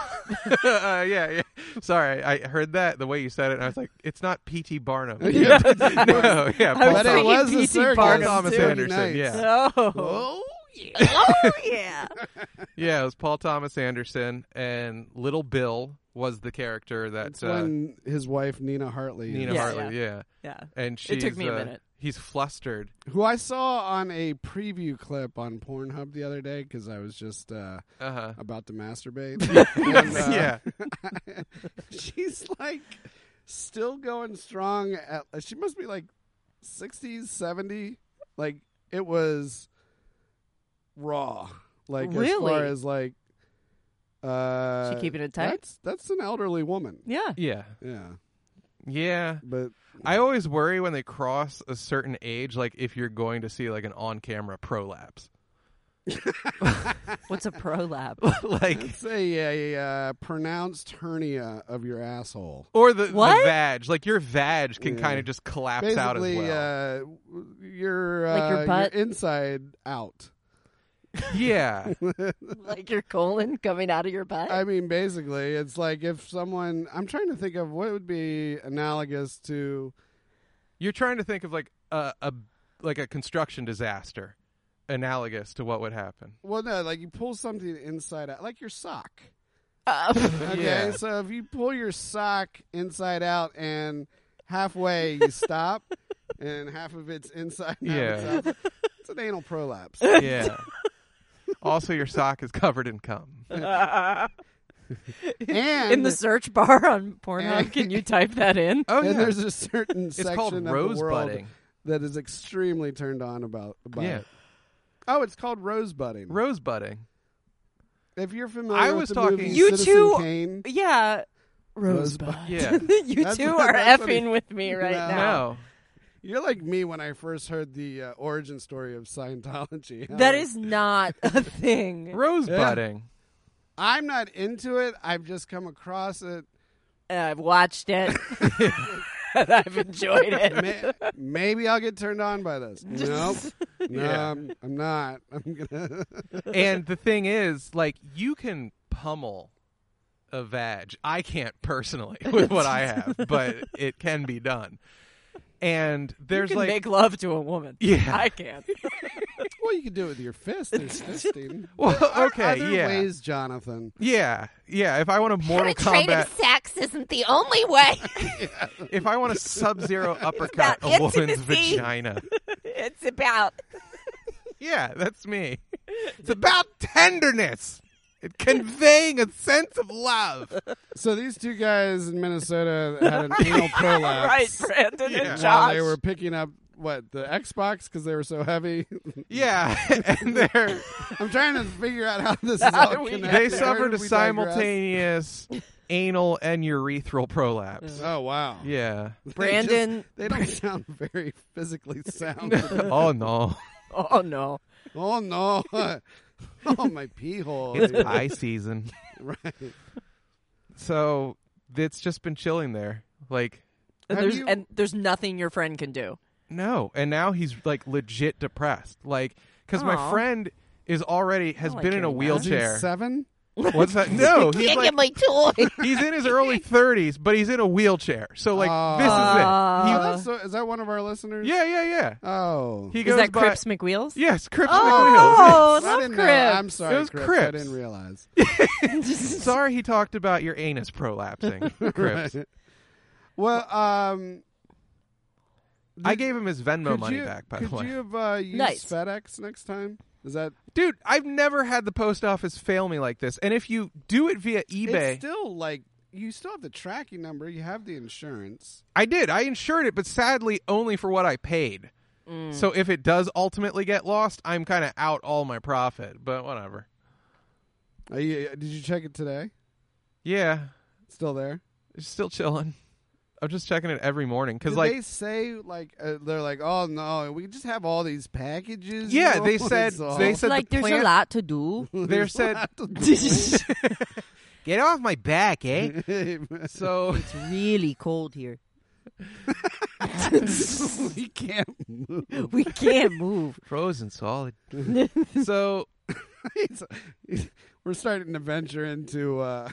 B: uh, yeah, yeah. Sorry, I heard that the way you said it, and I was like, it's not P.T. Barnum.
C: Yeah.
B: no, yeah,
A: I was
B: Paul,
C: but it
A: thinking
B: Thomas,
C: was
A: P.T.
C: a circus.
B: Paul
A: Barnum,
B: Thomas
A: too.
B: Anderson. Yeah,
A: Oh.
C: Oh,
A: oh yeah.
B: yeah, it was Paul Thomas Anderson, and Little Bill was the character
C: that's
B: that uh,
C: when his wife Nina Hartley,
B: Nina
A: Yeah,
B: Hartley. Yeah.
A: Yeah.
B: and she's,
A: It took me a
B: uh,
A: minute.
B: He's flustered.
C: who I saw on a preview clip on Pornhub the other day because I was just uh,
B: Uh huh.
C: about to masturbate. And, uh,
B: yeah,
C: she's like still going strong at she must be like 60s 70 like it was raw like as
A: Really?
C: far as like uh
A: She keeping it tight?
C: that's that's an elderly woman
A: Yeah.
B: yeah,
C: yeah
B: yeah.
C: but
B: I always worry when they cross a certain age, like if you're going to see like an on-camera prolapse.
A: What's a prolapse?
B: like
C: It's a, a uh, pronounced hernia of your asshole.
B: or the, the
A: What?
B: vag. Like your vag can
C: Yeah.
B: kind of just collapse out as
C: Basically,
B: well.
C: uh, w- your uh,
A: Like your butt?
C: inside out. uh,
B: yeah.
A: like your colon coming out of your butt?
C: I mean, basically, it's like if someone. I'm trying to think of what would be analogous to.
B: You're trying to think of like a, a like a construction disaster analogous to what would happen.
C: Well, no, like you pull something inside out, like your sock.
A: Uh,
C: Okay,
B: Yeah.
C: so if you pull your sock inside out and halfway you stop, and half of it's inside, and half
B: Yeah.
C: it's out, it's an anal prolapse.
B: Yeah. also your sock is covered in cum.
C: And
A: Um, in the search bar on Pornhub,
C: and-
A: can you type that in?
B: Oh
C: and
B: yeah.
C: there's a certain
B: it's
C: section
B: called
C: of
B: rose
C: the world
B: budding.
C: that is extremely turned on about, about
B: Yeah.
C: it. Oh, it's called rosebudding.
B: Rose budding.
C: if you're familiar
B: I
C: with
B: was
C: the
B: talking-
C: movie
A: You
C: Citizen
A: two-
C: Kane,
A: Yeah. Rosebud.
B: Yeah.
A: you
C: That's
A: two
C: what-
A: are
C: that's what he-
A: effing with me right
C: No.
A: now.
B: No.
C: you're like me when I first heard the uh, origin story of Scientology.
A: That is not a thing.
B: Rose
C: Yeah.
B: budding.
C: I'm not into it. I've just come across it.
A: And I've watched it. and I've enjoyed it.
C: May- maybe I'll get turned on by this. Nope. No,
B: Yeah.
C: I'm, I'm not. I'm gonna.
B: and the thing is, like, you can pummel a vag. I can't personally with what I have, but it can be done. And there's
A: you can
B: like,
A: make love to a woman.
B: Yeah.
A: I can't.
C: well, you could do it with your fist. There's fisting.
B: well,
C: Are
B: okay,
C: there
B: yeah,
C: ways, Jonathan.
B: yeah, yeah. If I want to Mortal
D: Penetrative
B: Kombat,
D: sex isn't the only way.
B: if I want to Sub-Zero
D: about
B: uppercut a woman's
D: intimacy.
B: vagina,
D: it's about
B: yeah, that's me. It's about tenderness. It conveying a sense of love.
C: So these two guys in Minnesota had an anal
A: Oh, right,
C: prolapse
A: Brandon
B: Yeah.
A: and
C: while
A: Josh.
C: they were picking up what the Xbox because they were so heavy.
B: Yeah, and they're
C: I'm trying to figure out how this is
A: How
C: all
A: do we-
C: connected.
B: they
C: Where
B: suffered a
C: did we digress?
B: simultaneous anal and urethral prolapse.
C: Oh wow!
B: Yeah.
C: They just-
A: Brandon-
C: they don't sound very physically sound.
B: oh no.
A: oh, no.
C: oh no! oh my pee hole!
B: It's pie season.
C: Right.
B: So it's just been chilling there. Like
A: And
C: Have
A: there's,
C: you-
A: and there's nothing your friend can do.
B: no. And now he's like legit depressed. Like cuz my
A: Aw.
B: friend is already has
A: like
B: been in a
A: him.
C: Is he
B: wheelchair.
C: Seven.
B: What's that? No, he's
D: can't
B: like
D: get my toy.
B: he's in his early 30s, but he's in a wheelchair. So like this is
A: Uh,
B: it.
C: Oh, that's so, is that one of our listeners?
B: He, yeah, yeah, yeah.
C: Oh.
B: He
A: is
B: goes
A: that
B: by
A: Crips Oh! McWheels?
B: Yes, Crips McWheels.
A: Oh,
C: I
A: love
C: didn't know. I'm
A: Crips.
C: sorry,
B: It was
C: Crips. I
B: Crips.
C: didn't realize.
B: Sorry he talked about your anus prolapsing, Crips.
C: Right. Well, um,
B: I gave him his Venmo
C: could
B: money
C: you,
B: back, by
C: could
B: the way.
C: you have uh, used
A: Nice.
C: FedEx next time? Is that
B: Dude, I've never had the post office fail me like this. And if you do it via eBay,
C: It's still like you still have the tracking number. You have the insurance.
B: I did. I insured it, but sadly only for what I paid.
C: Mm.
B: So if it does ultimately get lost, I'm kind of out all my profit, but whatever.
C: Are you, uh, did you check it today?
B: Yeah,
C: Still there?
B: it's still chilling. I'm just checking it every morning cuz
C: Did
B: like
C: they say like uh, they're like, oh no, we just have all these packages.
B: Yeah,
C: you
B: they
C: know,
B: said-
C: it's all-
B: they said-
A: like,
B: the
A: there's
B: plant-
A: a lot to do.
B: they said
A: it's
B: get off my back, eh? so
A: really cold here.
C: we can't move.
A: We can't move.
B: frozen solid. so
C: It's- we're starting to venture into uh,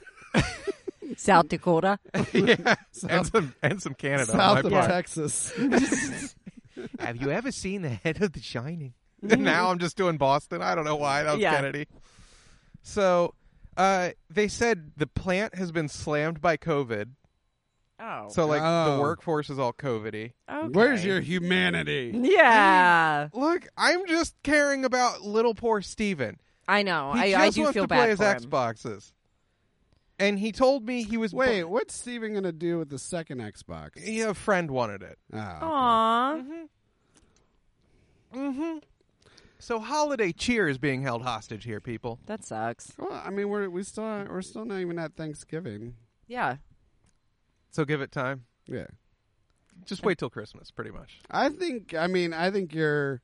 A: South Dakota.
B: yeah, and
C: South-
B: some and some Canada on
C: south
B: my
C: of
B: part.
C: Texas.
B: Have you ever seen the head of The Shining? now I'm just doing Boston. I don't know why. That was
A: Yeah.
B: Kennedy. So uh, they said the plant has been slammed by COVID.
A: Oh.
B: So like the
C: Oh.
B: workforce is all COVIDy.
C: Where's your humanity?
A: Yeah.
B: Look, I'm just caring about little poor Steven.
A: I know.
B: He
A: I,
B: just
A: I do
B: wants
A: feel
B: to
A: bad
B: play his
A: for him.
B: Xboxes. And he told me he was
C: Wait, what's Steven gonna do with the second Xbox?
B: you know, a friend wanted it.
C: Oh.
A: Aw.
B: So holiday cheer is being held hostage here, people.
A: That sucks.
C: Well, I mean, we're we still we're still not even at Thanksgiving.
A: Yeah.
B: So give it time.
C: Yeah,
B: Just wait till Christmas, pretty much.
C: I think. I mean, I think you're.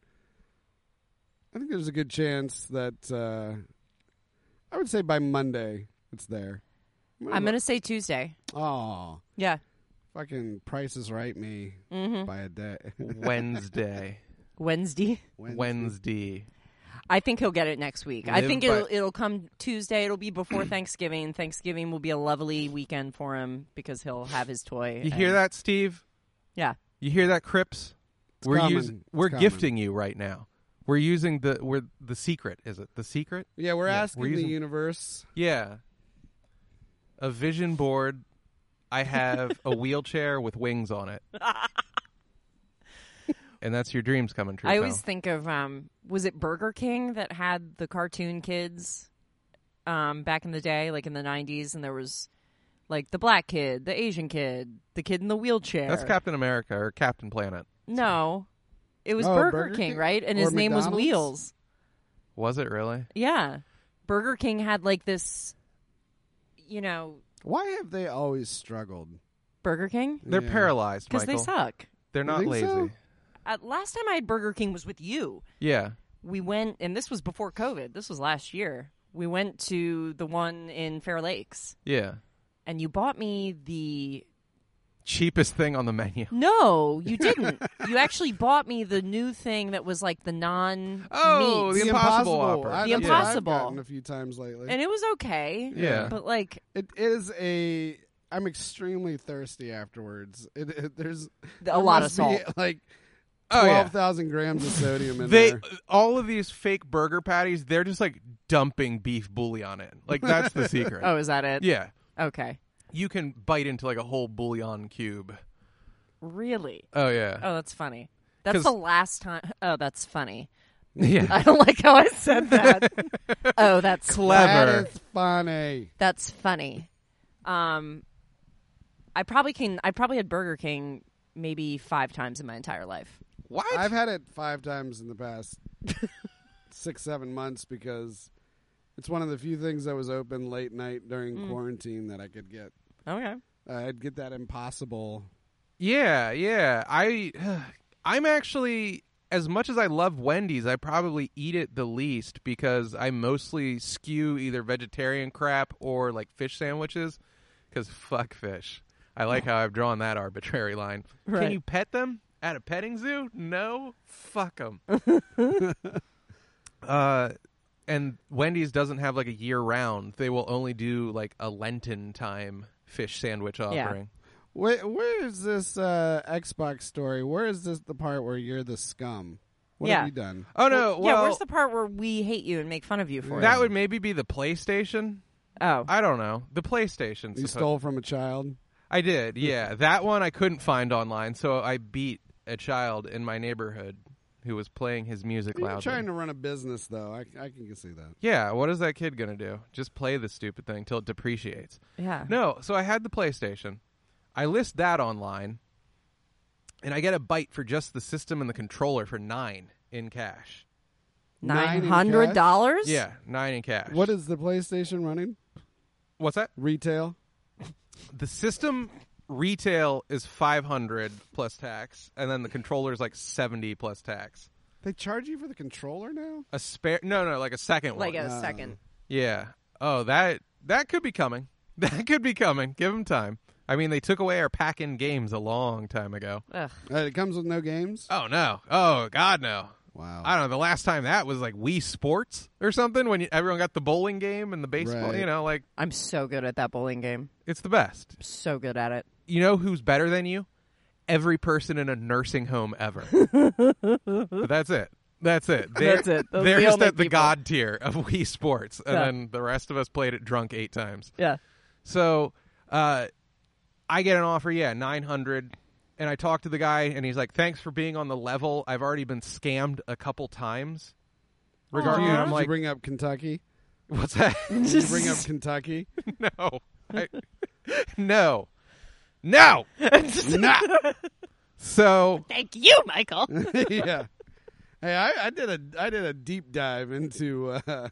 C: I think there's a good chance that uh, I would say by Monday it's there.
A: I'm gonna say Tuesday.
C: Oh,
A: Yeah.
C: fucking Price is Right me
A: hmm
C: by a day.
B: Wednesday.
A: Wednesday.
C: Wednesday.
B: Wednesday.
A: I think he'll get it next week. I
B: Live
A: think
B: by-
A: it'll it'll come Tuesday. It'll be before Thanksgiving. Thanksgiving will be a lovely weekend for him because he'll have his toy.
B: You hear
A: and-
B: that, Steve?
A: Yeah.
B: You hear that, Crips?
C: It's
B: we're
C: coming.
B: using
C: It's
B: we're
C: coming.
B: gifting you right now. We're using the we're the secret, is it? The secret?
C: Yeah, we're
B: Yeah,
C: asking
B: we're
C: the
B: using-
C: universe.
B: Yeah. A vision board. I have a wheelchair with wings on it. and that's your dreams coming true.
A: I
B: pal.
A: always think of um, was it Burger King that had the cartoon kids um, back in the day, like in the '90s, and there was like the black kid, the Asian kid, the kid in the wheelchair.
B: That's Captain America or Captain Planet.
A: No, it was
C: Oh,
A: Burger,
C: Burger
A: King,
C: King?
A: right? And
C: Or
A: his name was
C: McDonald's?
A: Wheels.
B: Was it really?
A: Yeah, Burger King had like this, you know,
C: Why have they always struggled?
A: Burger King
B: They're
C: Yeah.
B: paralyzed,
A: because they
B: Michael.
A: suck.
B: They're not
C: think
B: lazy.
C: so?
A: Uh, last time I had Burger King was with you.
B: Yeah.
A: We went, and this was before COVID. This was last year. We went to the one in Fair Lakes.
B: Yeah.
A: and you bought me the
B: Cheapest thing on the menu.
A: no you didn't you actually bought me the new thing that was like the non
B: Oh,
A: meat
B: The Impossible Whopper.
C: I-
A: The
C: that's what I've
A: Impossible.
C: gotten a few times lately.
A: and it was okay
B: Yeah.
A: but like
C: It is a. I'm extremely thirsty afterwards. It, it, there's
A: a
C: there
A: lot of
C: must
A: salt
C: be, like
B: Oh, yeah.
C: twelve thousand grams of sodium in
B: They
C: there.
B: all of these fake burger patties, they're just like dumping beef bouillon in. Like that's the secret.
A: oh is that it
B: Yeah.
A: okay
B: You can bite into like a whole bouillon cube.
A: really
B: Oh yeah.
A: oh that's funny
B: 'Cause-
A: that's the last time oh that's funny
B: Yeah.
A: i don't like how i said that oh that's
B: Clever.
C: That is funny.
A: that's funny um i probably can i probably had burger king maybe five times in my entire life
B: What?
C: I've had it five times in the past six, seven months because it's one of the few things that was open late night during
A: Mm.
C: quarantine that I could get.
A: okay
C: Uh, I'd get that impossible.
B: yeah, yeah. I I'm actually as much as I love Wendy's, I probably eat it the least because I mostly skew either vegetarian crap or like fish sandwiches cuz fuck fish. I like how I've drawn that arbitrary line. Can
A: Right.
B: you pet them at a petting zoo? No, fuck them. uh and Wendy's doesn't have like a year round. They will only do like a Lenten time fish sandwich offering.
C: Where, where is this uh, Xbox story? Where is this the part where you're the scum? What
A: Yeah.
C: have you done?
B: Oh no!
A: yeah,
B: well,
A: where's the part where we hate you and make fun of you for
B: That would maybe be the PlayStation.
A: it? Oh,
B: I don't know. The PlayStation.
C: You stole from a child.
B: I did. Yeah, that one I couldn't find online, so I beat a child in my neighborhood who was playing his music
C: You're
B: loudly.
C: trying to run a business, though. I, I can see that.
B: Yeah, what is that kid gonna do? Just play the stupid thing till it depreciates.
A: yeah.
B: No, so I had the PlayStation. I list that online, and I get a bite for just the system and the controller for nine in cash.
C: Nine
A: Nine
C: in
A: hundred dollars?
B: Yeah, nine in cash.
C: What is the PlayStation running?
B: What's that?
C: Retail?
B: the system retail is 500 plus tax and then the controller is like 70 plus tax
C: They charge you for the controller now?
B: a spare no no like a second
A: Like
B: one
A: a second.
B: yeah oh that that could be coming that could be coming give them time i mean they took away our pack-in games a long time ago
A: Ugh.
C: Uh, it comes with no games?
B: oh no oh god no
C: Wow.
B: i don't know the last time that was like wii sports or something when you, everyone got the bowling game and the baseball
C: Right.
B: you know like
A: I'm so good at that bowling game.
B: it's the best
A: So good at it.
B: you know who's better than you? Every person in a nursing home ever. but that's it. That's it. They're,
A: That's it. Those are
B: they're
A: the
B: just
A: only
B: at the
A: people.
B: god tier of Wii Sports, and
A: Yeah.
B: then the rest of us played it drunk eight times.
A: Yeah.
B: So, uh, I get an offer, yeah, nine hundred, and I talk to the guy, and he's like, "Thanks for being on the level. I've already been scammed a couple times." Regarding,
A: Aw.
B: and
C: Did
B: I'm
C: you
B: like,
C: bring up Kentucky?
B: "What's that?"
C: Did you bring up Kentucky?
B: no, I, no, no.
C: nah.
B: So
D: Thank you, Michael.
C: yeah. Hey, I, I did a I did a deep dive into uh, uh,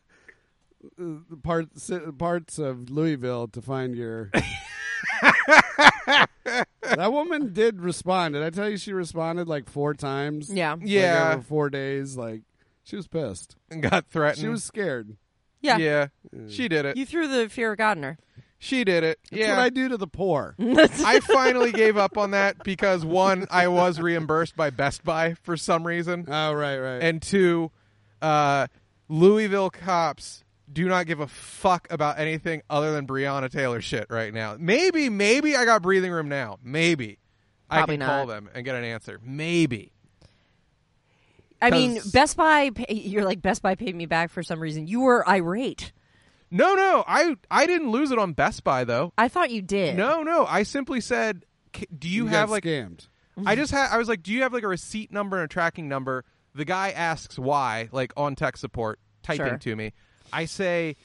C: the parts si- parts of Louisville to find your. that woman did respond. Did I tell you she responded like four times?
A: Yeah.
C: Like,
B: Yeah.
C: over four days. Like She was pissed.
B: and got threatened.
C: She was scared.
A: Yeah.
B: yeah. She did it.
A: You threw the fear of God in her.
B: She did it.
C: That's
B: yeah. Oh,
C: what I do to the poor.
B: I finally gave up on that because one, I was reimbursed by Best Buy for some reason,
C: Oh right, right.
B: and two, uh, Louisville cops do not give a fuck about anything other than Breonna Taylor shit right now. Maybe, maybe I got breathing room now. Maybe
A: Probably
B: I can call
A: not.
B: them and get an answer. Maybe.
A: I mean,
B: 'Cause-
A: Best Buy. pa- You're like Best Buy paid me back for some reason. You were irate.
B: No, no, I I didn't lose it on Best Buy though.
A: I thought you did.
B: No, no, I simply said, "C- do you,
C: got
B: have like
C: scammed.
B: I just had I was like, "Do you have like a receipt number and a tracking number?" The guy asks why, like on tech support, typing
A: Sure.
B: to me. I say,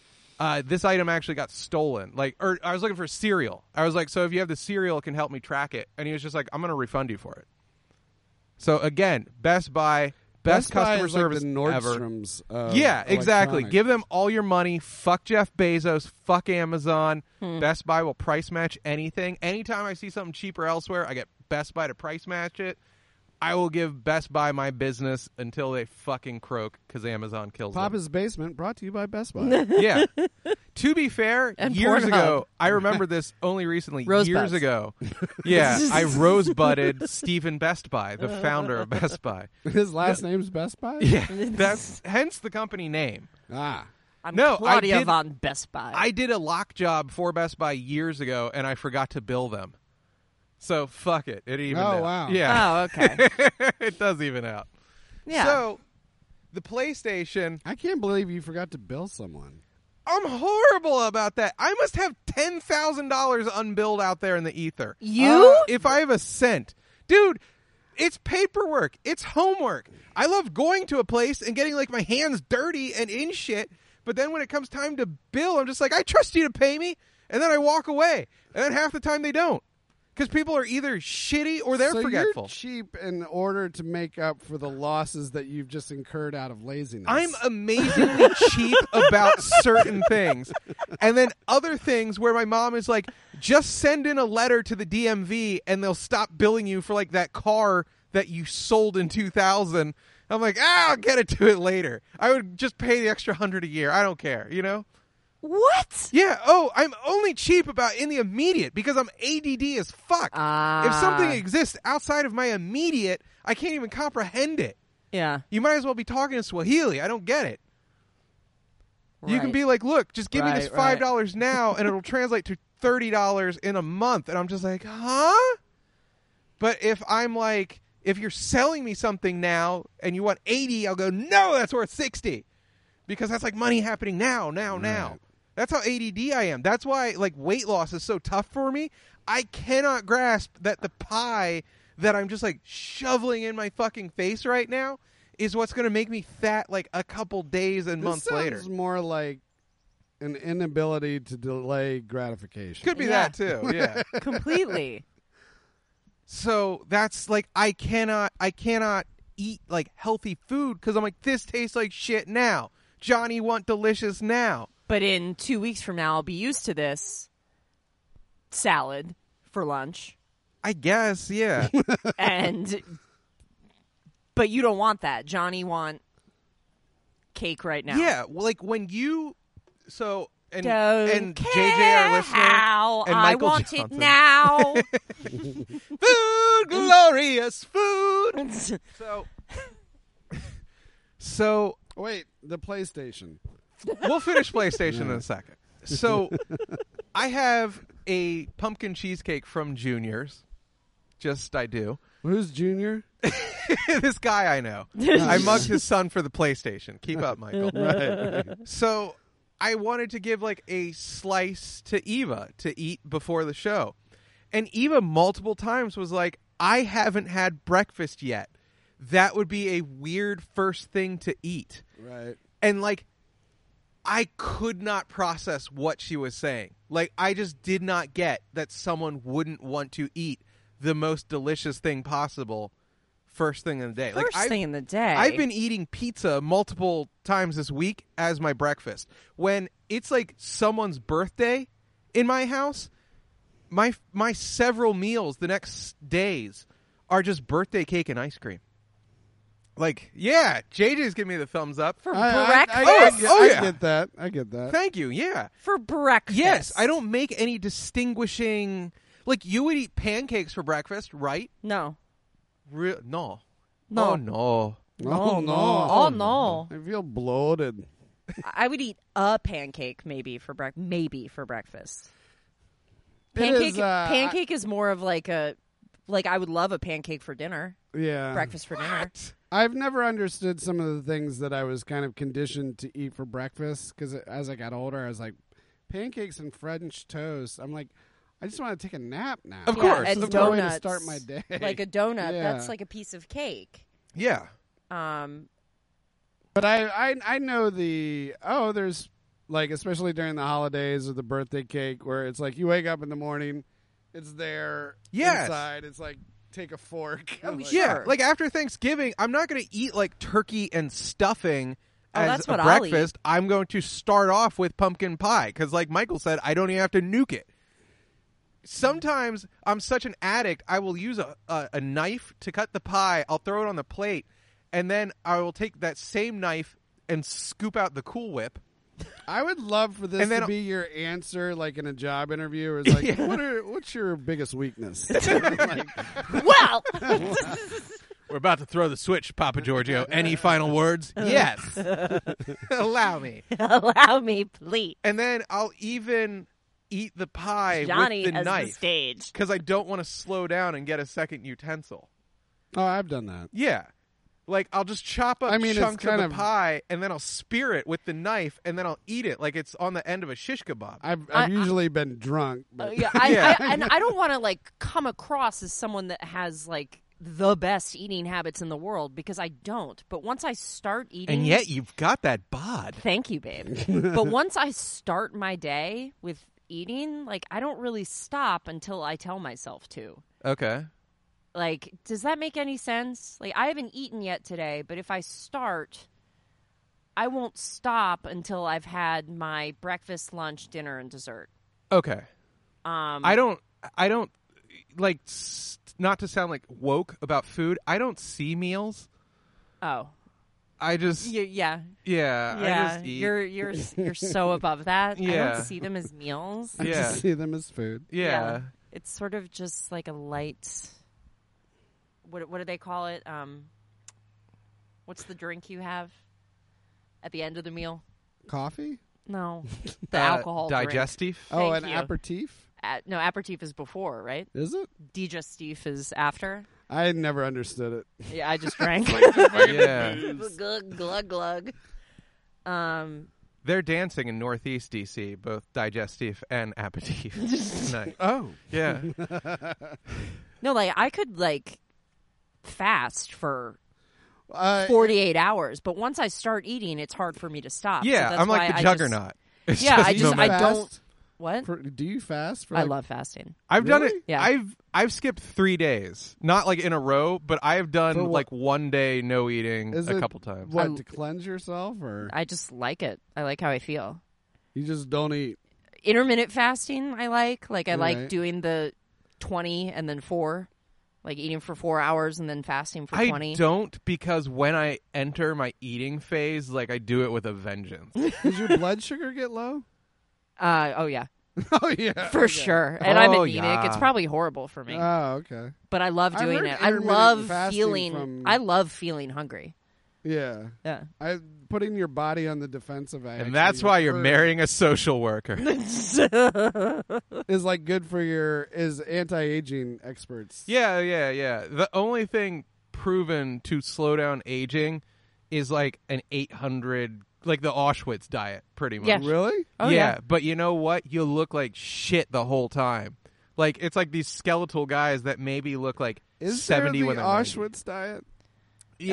B: uh, "This item actually got stolen." Like, or I was looking for cereal. I was like, "So if you have the cereal, it can help me track it." And he was just like, "I'm going to refund you for it." So again, Best Buy, best,
C: Buy
B: customer
C: is
B: service
C: like the
B: ever.
C: Nordstrom's. of
B: Yeah, exactly.
C: electronics.
B: Give them all your money. Fuck Jeff Bezos. Fuck Amazon.
A: Hmm.
B: Best Buy will price match anything. Anytime I see something cheaper elsewhere, I get Best Buy to price match it. I will give Best Buy my business until they fucking croak because Amazon kills them.
C: Papa's basement brought to you by Best Buy.
B: yeah. to be fair,
A: And
B: years
A: Pornhub.
B: ago, I remember this only recently. Years
A: Rosebuds.
B: ago, yeah, I rosebudded Stephen Best Buy, the founder of Best Buy.
C: His last name's Best Buy.
B: Yeah, that's hence the company name.
C: Ah,
A: I'm
B: No, I
A: Claudia
B: did-
A: von Best Buy.
B: I did a lock job for Best Buy years ago, and I forgot to bill them. So fuck it. It even.
C: Oh,
B: out.
C: wow.
B: Yeah,
A: oh, okay.
B: it does even out.
A: Yeah.
B: So the PlayStation.
C: I can't believe you forgot to bill someone.
B: I'm horrible about that. I must have ten thousand dollars unbilled out there in the ether.
A: You?
B: Uh, if I have a cent, dude. It's paperwork. It's homework. I love going to a place and getting like my hands dirty and in shit. But then when it comes time to bill, I'm just like, I trust you to pay me, and then I walk away. And then half the time they don't, because people are either shitty or they're
C: so
B: forgetful.
C: You're cheap in order to make up for the losses that you've just incurred out of laziness.
B: I'm amazingly cheap about certain things. And then other things where my mom is like, just send in a letter to the DMV and they'll stop billing you for like that car that you sold in 2000. I'm like, ah, I'll get it to it later. I would just pay the extra hundred a year. I don't care, you know?
A: what?
B: Yeah. Oh, I'm only cheap about in the immediate because I'm ADD as fuck. if something
A: Ah.
B: exists outside of my immediate, I can't even comprehend it.
A: Yeah.
B: You might as well be talking in Swahili. I don't get it. You can
A: right.
B: be like, look, just give me this five
A: Right, right.
B: dollars now, and it'll translate to thirty dollars in a month. And I'm just like, huh? But if I'm like, if you're selling me something now and you want eighty, I'll go, no, that's worth sixty, because that's like money happening now, now, now.
C: Right.
B: That's how ADD I am. That's why like weight loss is so tough for me. I cannot grasp that the pie that I'm just like shoveling in my fucking face right now is what's going to make me fat like a couple days and
C: this
B: months
C: sounds
B: later.
C: more like an inability to delay gratification.
B: Could be
A: Yeah.
B: that too. Yeah.
A: Completely.
B: so that's like I cannot I cannot eat like healthy food cuz I'm like this tastes like shit now. Johnny want delicious now.
A: But in two weeks from now, I'll be used to this salad for lunch,
B: I guess, yeah.
A: and but you don't want that. Johnny want cake right now.
B: yeah, well, like when you so and
A: Don't
B: and
A: care
B: JJ our listener
A: how
B: and
A: I
B: Michael
A: want
B: Johnson.
A: it now.
B: Food, glorious food.
A: That's
B: So So
C: Wait, the PlayStation.
B: we'll finish PlayStation in a second. So I have a pumpkin cheesecake from Juniors. Just I do.
C: Who's Junior?
B: this guy I know. I mugged his son for the PlayStation. Keep up, Michael. So I wanted to give like a slice to Eva to eat before the show. And Eva multiple times was like, I haven't had breakfast yet. That would be a weird first thing to eat
C: Right.
B: and like I could not process what she was saying. Like I just did not get that someone wouldn't want to eat the most delicious thing possible first thing in the day.
A: First
B: like
A: thing in the day.
B: I've been eating pizza multiple times this week as my breakfast. When it's like someone's birthday in my house, my my several meals the next days are just birthday cake and ice cream. Like, yeah, JJ's giving me the thumbs up.
A: For
C: I, I- I- I
A: breakfast?
C: get-
B: Oh,
C: I
B: yeah.
C: get that. I get that.
B: Thank you. Yeah.
A: for breakfast.
B: Yes, I don't make any distinguishing. Like you would eat pancakes for breakfast, right?
A: No.
B: Real no,
A: No.
B: oh, no.
C: Oh, no.
A: Oh, no.
C: I feel bloated.
A: I would eat a pancake maybe for breakfast. Maybe for breakfast.
C: It
A: Pancake
C: is, uh,
A: pancake is more of like a like I would love a pancake for dinner.
C: Yeah.
A: breakfast for dinner.
C: I've never understood some of the things that I was kind of conditioned to eat for breakfast because as I got older, I was like, pancakes and French toast. I'm like, I just want to take a nap now.
B: Of
A: Yeah,
B: course.
A: and
C: It's a way to
A: donuts.
C: start my day.
A: Like a donut,
C: Yeah.
A: that's like a piece of cake.
B: Yeah,
A: Um,
C: But I, I, I know the oh, there's like especially during the holidays or the birthday cake where it's like you wake up in the morning, it's there
B: Yes.
C: inside. It's like take a fork.
A: Oh,
C: Like-
B: yeah.
A: Sure.
B: Like after Thanksgiving, I'm not going to eat like turkey and stuffing
A: Oh,
B: as
A: that's
B: a
A: what I'll
B: breakfast. I'm going to start off with pumpkin pie because, like Michael said, I don't even have to nuke it. Sometimes I'm such an addict, I will use a, a, a knife to cut the pie. I'll throw it on the plate, and then I will take that same knife and scoop out the Cool Whip.
C: I would love for this
B: And then-
C: to be your answer, like in a job interview. Where it's like, what are what's your biggest weakness? Like,
D: Well,
B: We're about to throw the switch, Papa Giorgio. Any final words? Yes. Allow me.
D: allow me, please.
B: And then I'll even eat the pie
D: Johnny
B: with the
D: as the
B: knife
D: stage.
B: because I don't want to slow down and get a second utensil.
C: oh, I've done that.
B: Yeah. Like I'll just chop up
C: I mean, it's
B: chunks of
C: kind
B: the
C: of-
B: pie and then I'll spear it with the knife and then I'll eat it like it's on the end of a shish kebab.
C: I've, I've
A: I-
C: usually been drunk.
A: uh,
C: But
A: yeah, I,
B: Yeah.
A: I, and I don't want to like come across as someone that has like the best eating habits in the world because I don't. But once I start eating,
B: you've got that bod.
A: thank you, babe. but once I start my day with eating, like I don't really stop until I tell myself to.
B: Okay.
A: Like, does that make any sense? Like, I haven't eaten yet today, but if I start, I won't stop until I've had my breakfast, lunch, dinner, and dessert.
B: Okay.
A: Um,
B: I don't I don't like s- not to sound like woke about food. I don't see meals.
A: oh,
B: I just
A: Y- yeah,
B: yeah, I
A: yeah.
B: just eat.
A: You're you're s- you're so above that. I
B: Yeah.
A: don't see them as meals.
C: I
B: yeah.
C: just see them as food.
B: yeah.
A: it's sort of just like a light. What what do they call it? Um, what's the drink you have at the end of the meal?
C: Coffee?
A: No, the
B: Uh,
A: alcohol drink.
B: digestive.
C: Oh,
A: Thank
C: an
A: you.
C: aperitif?
A: Uh, no, aperitif is before, right?
C: Is it?
A: Digestif is after.
C: I never understood it.
A: Yeah, I just drank.
B: yeah.
D: Glug, glug, glug.
A: um,
B: They're dancing in Northeast DC, both digestive and aperitif tonight. Oh, yeah.
A: no, like I could like fast for
C: Uh,
A: 48 hours, but once I start eating, it's hard for me to stop. So
B: Yeah,
A: that's
B: I'm
A: why
B: like the
A: I just-
B: juggernaut. It's
A: Yeah, I
C: do
B: no
A: just-
C: you
A: I
B: matter.
A: don't-
C: fast
A: what?
C: for- do you fast for?
A: I
C: like-
A: love fasting.
B: I've done
C: Really?
B: it.
A: Yeah.
B: I've I've skipped three days, not like in a row, but I have done
C: For what?
B: like one day no eating
C: Is
B: a
C: it
B: couple times.
C: What
A: I-
C: to cleanse yourself, or
A: I just like it. I like how I feel.
C: you just don't eat?
A: Intermittent fasting, I like. Like I like
C: Right.
A: doing the 20 and then 4. Like eating for 4 hours and then fasting for
B: I
A: 20.
B: don't because when I enter my eating phase, like I do it with a vengeance.
C: Does your blood sugar get low?
A: Uh oh yeah.
C: Oh yeah.
A: For sure. And I'm
B: Oh,
A: anemic.
B: yeah.
A: It's probably horrible for me.
C: Oh okay.
A: but I love
C: I've
A: doing
C: heard
A: it. I
C: intermittent
A: love
C: fasting
A: feeling
C: from-
A: I love feeling hungry.
C: Yeah.
A: Yeah.
C: I putting your body on the defensive. I
B: And that's
C: actually
B: why you're
C: heard
B: marrying a social worker.
C: Is like good for your is anti aging experts.
B: Yeah, yeah, yeah. The only thing proven to slow down aging is like an 800, like the Auschwitz diet, pretty much.
A: Yeah.
C: Really?
A: Oh,
B: yeah,
A: yeah.
B: but you know what? You look like shit the whole time. Like it's like these skeletal guys that maybe look like
C: Is
B: seventy
C: there
B: when
C: the
B: they're
C: Auschwitz diet?
B: ninety.
A: oh,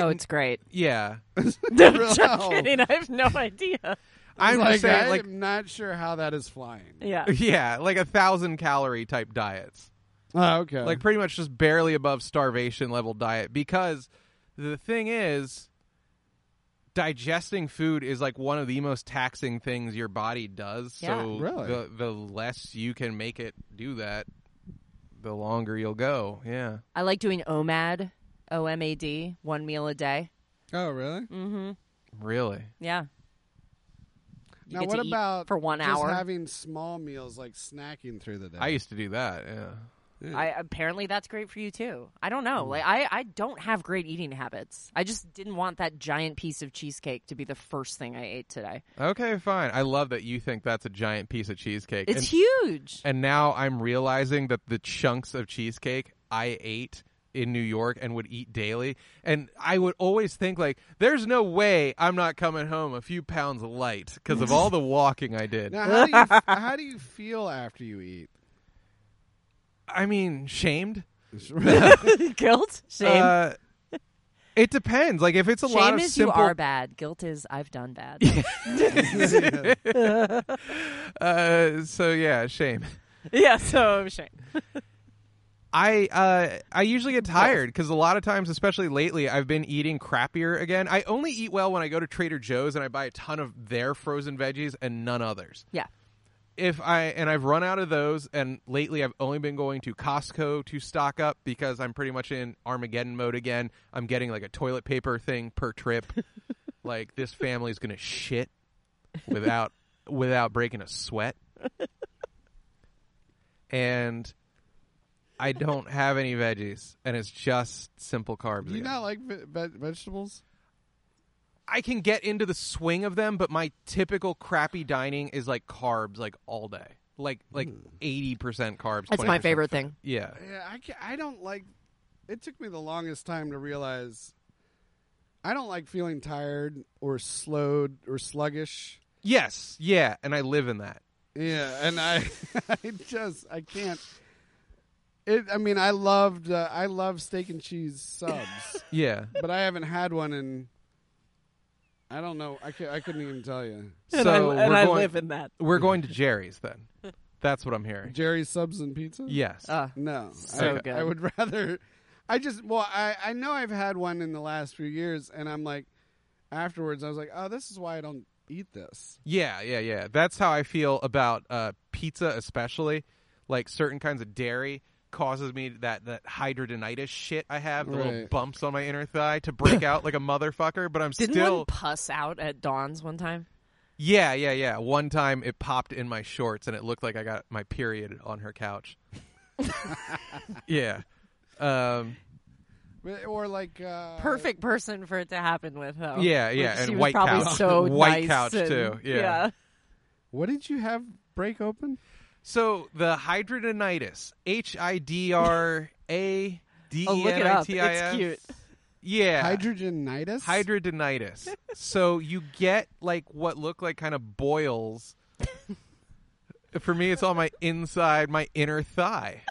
B: Yeah,
A: it's great.
B: yeah.
C: Wow.
A: Just kidding. I have no idea.
B: I'm
C: like,
B: just saying,
C: I
B: like,
C: am not sure how that is flying.
A: Yeah.
B: yeah, like a thousand calorie type diets.
C: Oh, okay.
B: like pretty much just barely above starvation level diet because the thing is digesting food is like one of the most taxing things your body does so
C: Yeah. Really?
B: the the less you can make it do that the longer you'll go yeah
A: I like doing OMAD, O M A D, one meal a day.
C: Oh, really?
A: Mm-hmm.
B: Really?
A: Yeah. You
C: now,
A: get
C: what
A: to eat
C: about
A: for one
C: just
A: hour?
C: having small meals like snacking through the day?
B: I used to do that. Yeah.
C: Yeah.
A: I apparently that's great for you too. I don't
B: Mm.
A: know. Like I, I don't have great eating habits. I just didn't want that giant piece of cheesecake to be the first thing I ate today.
B: Okay, fine. I love that you think that's a giant piece of cheesecake.
A: It's
B: and,
A: huge.
B: and now I'm realizing that the chunks of cheesecake I ate in New York and would eat daily, and I would always think like, "There's no way I'm not coming home a few pounds light because of all the walking I did."
C: now, how do, you, f- how do you feel after you eat?
B: I mean, shamed.
A: Guilt, shame.
B: Uh, it depends. Like if it's a lot
A: shame
B: of
A: is
B: simple,
A: you are bad. Guilt is I've done bad.
B: uh, so yeah, shame.
A: yeah. So shame.
B: I uh, I usually get tired because a lot of times, especially lately, I've been eating crappier again. I only eat well when I go to Trader Joe's and I buy a ton of their frozen veggies and none others.
A: Yeah.
B: If I and I've run out of those, and lately I've only been going to Costco to stock up because I'm pretty much in Armageddon mode again. I'm getting like a toilet paper thing per trip. like this family's gonna shit without without breaking a sweat. And I don't have any veggies, and it's just simple carbs.
C: Do you
B: again.
C: not like ve- ve- vegetables?
B: I can get into the swing of them, but my typical crappy dining is like carbs, like all day, like like eighty percent carbs.
A: That's my
B: 20%
A: favorite
B: fat.
A: thing.
B: Yeah,
C: Yeah, I, ca- I don't like. It took me the longest time to realize I don't like feeling tired or slowed or sluggish.
B: yes, yeah, and I live in that.
C: Yeah, and I, I just I can't. It. I mean, I loved. Uh, I love steak and cheese subs,
B: Yeah,
C: but I haven't had one in. I don't know. I ca I couldn't even tell you.
A: And
B: so
A: I,
B: we're
A: and I
B: going,
A: live in that.
B: We're going to Jerry's then. That's what I'm hearing.
C: Jerry's subs and pizza.
B: Yes.
A: Uh,
C: No.
A: So
C: I,
A: good.
C: I would rather. I just well, I I know I've had one in the last few years, and I'm like, afterwards, I was like, oh, this is why I don't eat this.
B: Yeah, yeah, yeah. That's how I feel about uh, pizza, especially like certain kinds of dairy causes me that that hydrogenitis shit I have, the little
C: Right.
B: bumps on my inner thigh to break out like a motherfucker. But I'm
A: Didn't
B: still,
A: one puss out at Dawn's one time?
B: yeah, yeah, yeah. One time it popped in my shorts and it looked like I got my period on her couch. yeah. Um,
C: But- Or like uh,
A: Perfect person for it to happen with, though.
B: Yeah, yeah,
A: Like,
B: and
A: she was
B: white
A: probably
B: couch.
A: so
B: White
A: nice
B: couch,
A: and-
B: too. Yeah.
C: What did you have break open?
B: so the hydrogenitis, H I D R A D
A: Oh,
B: E
A: look it
B: N I
A: up.
B: T I
A: It's
B: S.
A: cute.
B: Yeah.
C: Hydrogenitis.
B: Hydrogenitis. so you get like what look like kind of boils. For me, it's all my inside, my inner thigh.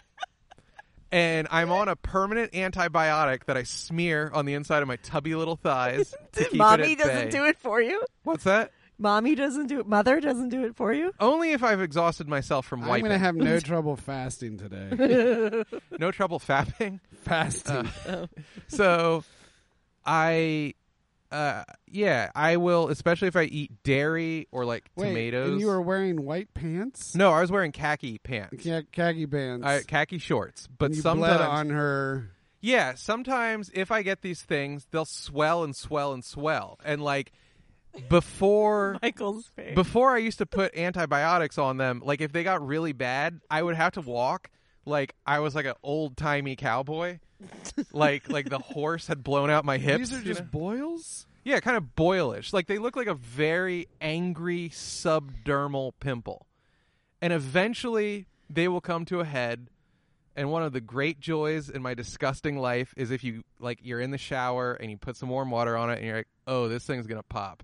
B: And I'm on a permanent antibiotic that I smear on the inside of my tubby little thighs. to keep
A: Mommy
B: it at
A: doesn't
B: bay.
A: do it for you.
B: What's that?
A: Mommy doesn't do it. Mother doesn't do it for you.
B: Only if I've exhausted myself from
C: I'm
B: wiping.
C: gonna have no trouble fasting today.
B: no trouble fapping.
C: fasting.
B: Uh, so I uh yeah, I will especially if I eat dairy or like
C: Wait,
B: tomatoes.
C: And you were wearing white pants.
B: No, I was wearing khaki pants.
C: Ca- khaki bands.
B: I, khaki shorts, but
C: and you
B: sometimes
C: bled on her.
B: yeah, sometimes if I get these things, they'll swell and swell and swell. And like before
A: Michael's face.
B: before I used to put antibiotics on them, like if they got really bad, I would have to walk like I was like an old timey cowboy. like like the horse had blown out my hips.
C: These are
B: you
C: just
B: know?
C: boils.
B: yeah, kind of boilish. Like they look like a very angry subdermal pimple. And eventually they will come to a head. And one of the great joys in my disgusting life is if you like you're in the shower and you put some warm water on it and you're like, "Oh, this thing's going to pop."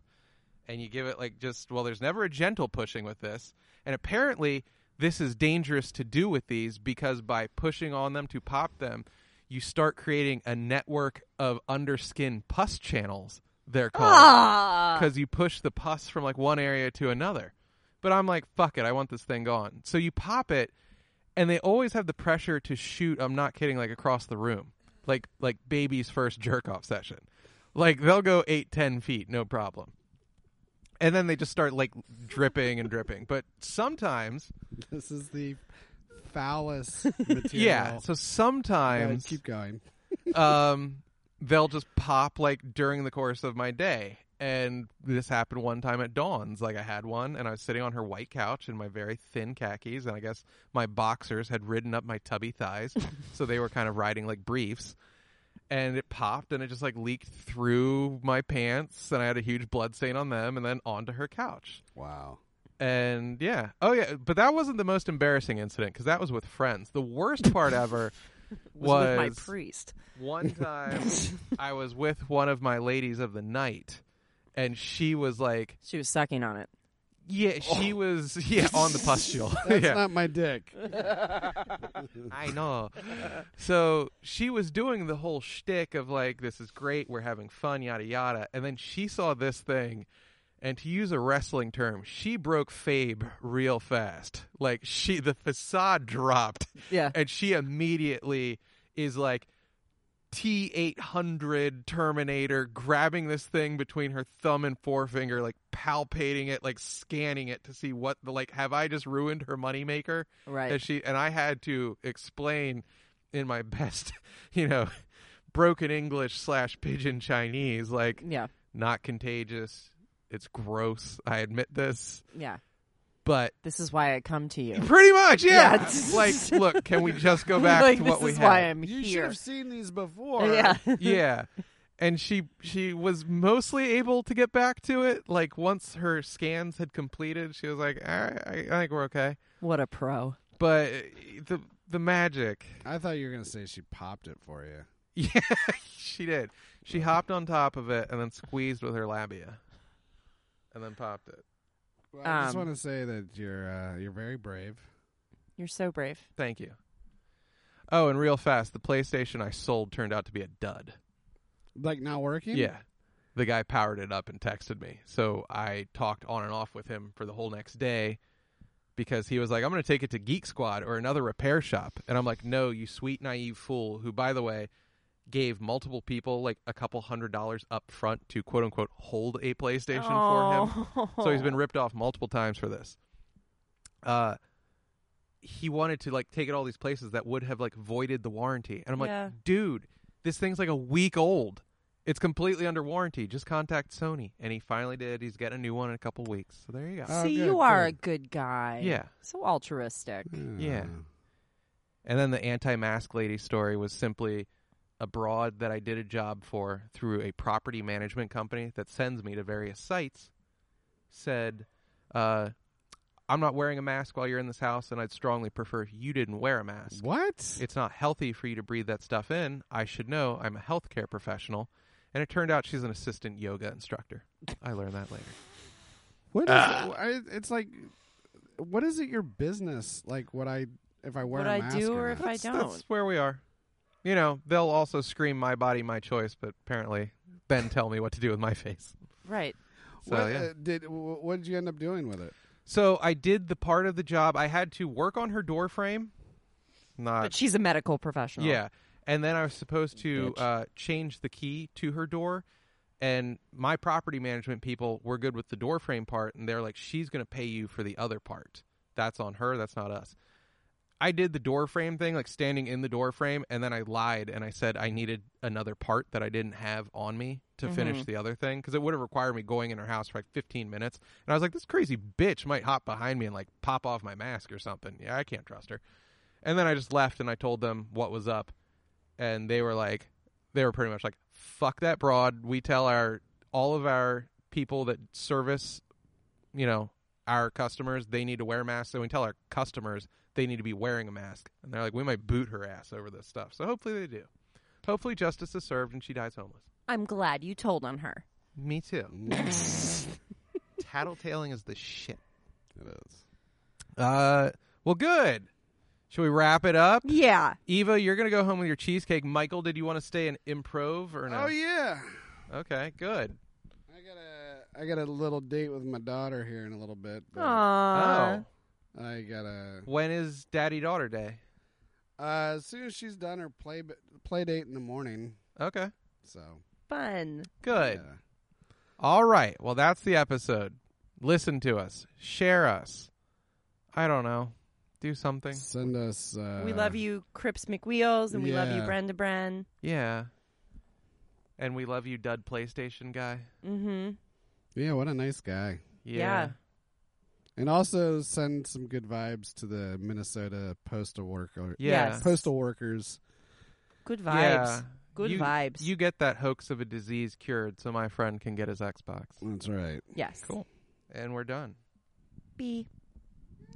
B: And you give it like just well, there's never a gentle pushing with this. And apparently this is dangerous to do with these because by pushing on them to pop them, you start creating a network of underskin pus channels. They're called
A: Ah.
B: because you push the pus from like one area to another. But I'm like, fuck it, I want this thing gone. So you pop it, and they always have the pressure to shoot. I'm not kidding, like across the room, like like baby's first jerk off session. Like they'll go eight, ten feet, no problem. And then they just start like dripping and dripping. But sometimes,
C: This is the phallus material.
B: yeah. So
C: Go ahead,
B: sometimes,
C: keep going.
B: um, they'll just pop like during the course of my day. And this happened one time at Dawn's. Like I had one, and I was sitting on her white couch in my very thin khakis, and I guess my boxers had ridden up my tubby thighs, so they were kind of riding like briefs. And it popped, and it just like leaked through my pants, and I had a huge blood stain on them, and then onto her couch.
C: Wow.
B: And yeah, oh yeah, but that wasn't the most embarrassing incident because that was with friends. The worst part ever was,
A: was with my priest.
B: one time I was with one of my ladies of the night, and she was like,
A: She was sucking on it.
B: "Yeah, she was yeah on the pustule."
C: Oh. That's
B: yeah,
C: not my dick.
B: I know. So she was doing the whole shtick of like, "This is great, we're having fun, yada yada," and then she saw this thing. And to use a wrestling term, she broke Fabe real fast. Like she, the facade dropped,
A: Yeah.
B: and she immediately is like T eight hundred Terminator, grabbing this thing between her thumb and forefinger, like palpating it, like scanning it to see what the like. Have I just ruined her moneymaker?
A: Right.
B: And she and I had to explain in my best, you know, broken English slash pigeon Chinese, like
A: Yeah.
B: not contagious. It's gross. I admit this,
A: Yeah.
B: but
A: This is why I come to you.
B: Pretty much, yeah.
A: Yeah.
B: like, look, can we just go back
A: like,
B: to
A: this
B: what we
A: is
B: had?
A: why I'm
C: You should
A: here.
C: have seen these before.
A: Yeah.
B: yeah. And she she was mostly able to get back to it. Like once her scans had completed, she was like, "All right, I, I think we're okay."
A: what a pro.
B: But uh, the the magic,
C: I thought you were gonna say she popped it for you.
B: yeah, she did. She hopped on top of it and then squeezed with her labia, and then popped it.
C: Well, I just
A: Um,
C: want to say that you're uh, you're very brave.
A: You're so brave.
B: Thank you. Oh, and real fast, the PlayStation I sold turned out to be a dud.
C: Like not working.
B: Yeah. The guy powered it up and texted me. So I talked on and off with him for the whole next day because he was like, I'm going to take it to Geek Squad or another repair shop. And I'm like, no, you sweet, naive fool, who, by the way, gave multiple people like a couple hundred dollars up front to quote unquote hold a PlayStation for him. So he's been
A: Oh.
B: ripped off multiple times for this. Uh, he wanted to like take it all these places that would have like voided the warranty, and I'm like,
A: Yeah.
B: dude, this thing's like a week old. It's completely under warranty. Just contact Sony, and he finally did. He's getting a new one in a couple weeks. So there you go.
C: Oh,
A: See,
C: good,
A: you are
C: good.
A: a good guy.
B: yeah.
A: So altruistic.
C: Uh,
B: Yeah. And then the anti-mask lady story was simply a broad that I did a job for through a property management company that sends me to various sites. Said, uh, "I'm not wearing a mask while you're in this house, and I'd strongly prefer if you didn't wear a mask.
C: What?
B: It's not healthy for you to breathe that stuff in. I should know. I'm a healthcare professional." And it turned out she's an assistant yoga instructor. I learned that later.
C: What is I, it's like? What is it? Your business? Like what I if I wear
A: What
C: a
A: I
C: mask
A: do
C: or
A: or
C: not.
A: if I
B: That's-
A: don't.
B: That's where we are. You know, they'll also scream "My body, my choice," but apparently, Ben tell me what to do with my face.
A: Right.
B: So
C: what,
B: yeah.
C: uh, did wh- what did you end up doing with it?
B: So I did the part of the job. I had to work on her door frame.
A: But
B: Not
A: she's a medical professional.
B: Uh, yeah. And then I was supposed to
A: Bitch.
B: uh, change the key to her door. And my property management people were good with the door frame part, and they're like, "She's going to pay you for the other part. That's on her. That's not us." I did the door frame thing, like standing in the door frame, and then I lied and I said I needed another part that I didn't have on me to
A: Mm-hmm.
B: finish the other thing because it would have required me going in her house for like 15 minutes. And I was like, this crazy bitch might hop behind me and like pop off my mask or something. Yeah, I can't trust her. And then I just left and I told them what was up, and they were like, they were pretty much like, fuck that broad. We tell our all of our people that service, you know, our customers they need to wear masks, and we tell our customers they need to be wearing a mask. And they're like, we might boot her ass over this stuff. So hopefully they do. Hopefully justice is served and she dies homeless.
A: I'm glad you told on her.
B: Me too. Tattletaling is the shit.
C: It is.
B: Uh, well, good. Should we wrap it up?
A: Yeah.
B: Eva, you're gonna go home with your cheesecake. Michael, did you want to stay and improv or no?
C: Oh yeah.
B: Okay, good.
C: I got a I got a little date with my daughter here in a little bit. but
A: Aww.
B: oh,
C: I gotta
B: when is Daddy Daughter Day?
C: uh, as soon as she's done her play b- play date in the morning.
B: Okay,
C: So
A: Fun.
B: good.
C: yeah.
B: All right. Well, that's the episode. Listen to us. Share us. I don't know. Do something.
C: send us. Uh,
A: we love you, Crips McWheels, and we love you,
C: yeah.
A: Brenda Bren.
B: Yeah. and we love you, dud PlayStation guy.
A: Mm-hmm.
C: Yeah, what a nice guy.
A: Yeah.
C: And also send some good vibes to the Minnesota postal worker
B: Yeah.
A: Yes.
C: postal workers.
A: Good vibes.
B: Yeah.
A: Good
B: You-
A: vibes.
B: You get that hoax of a disease cured so my friend can get his Xbox.
C: That's right.
A: yes.
B: Cool. And we're done.
A: B.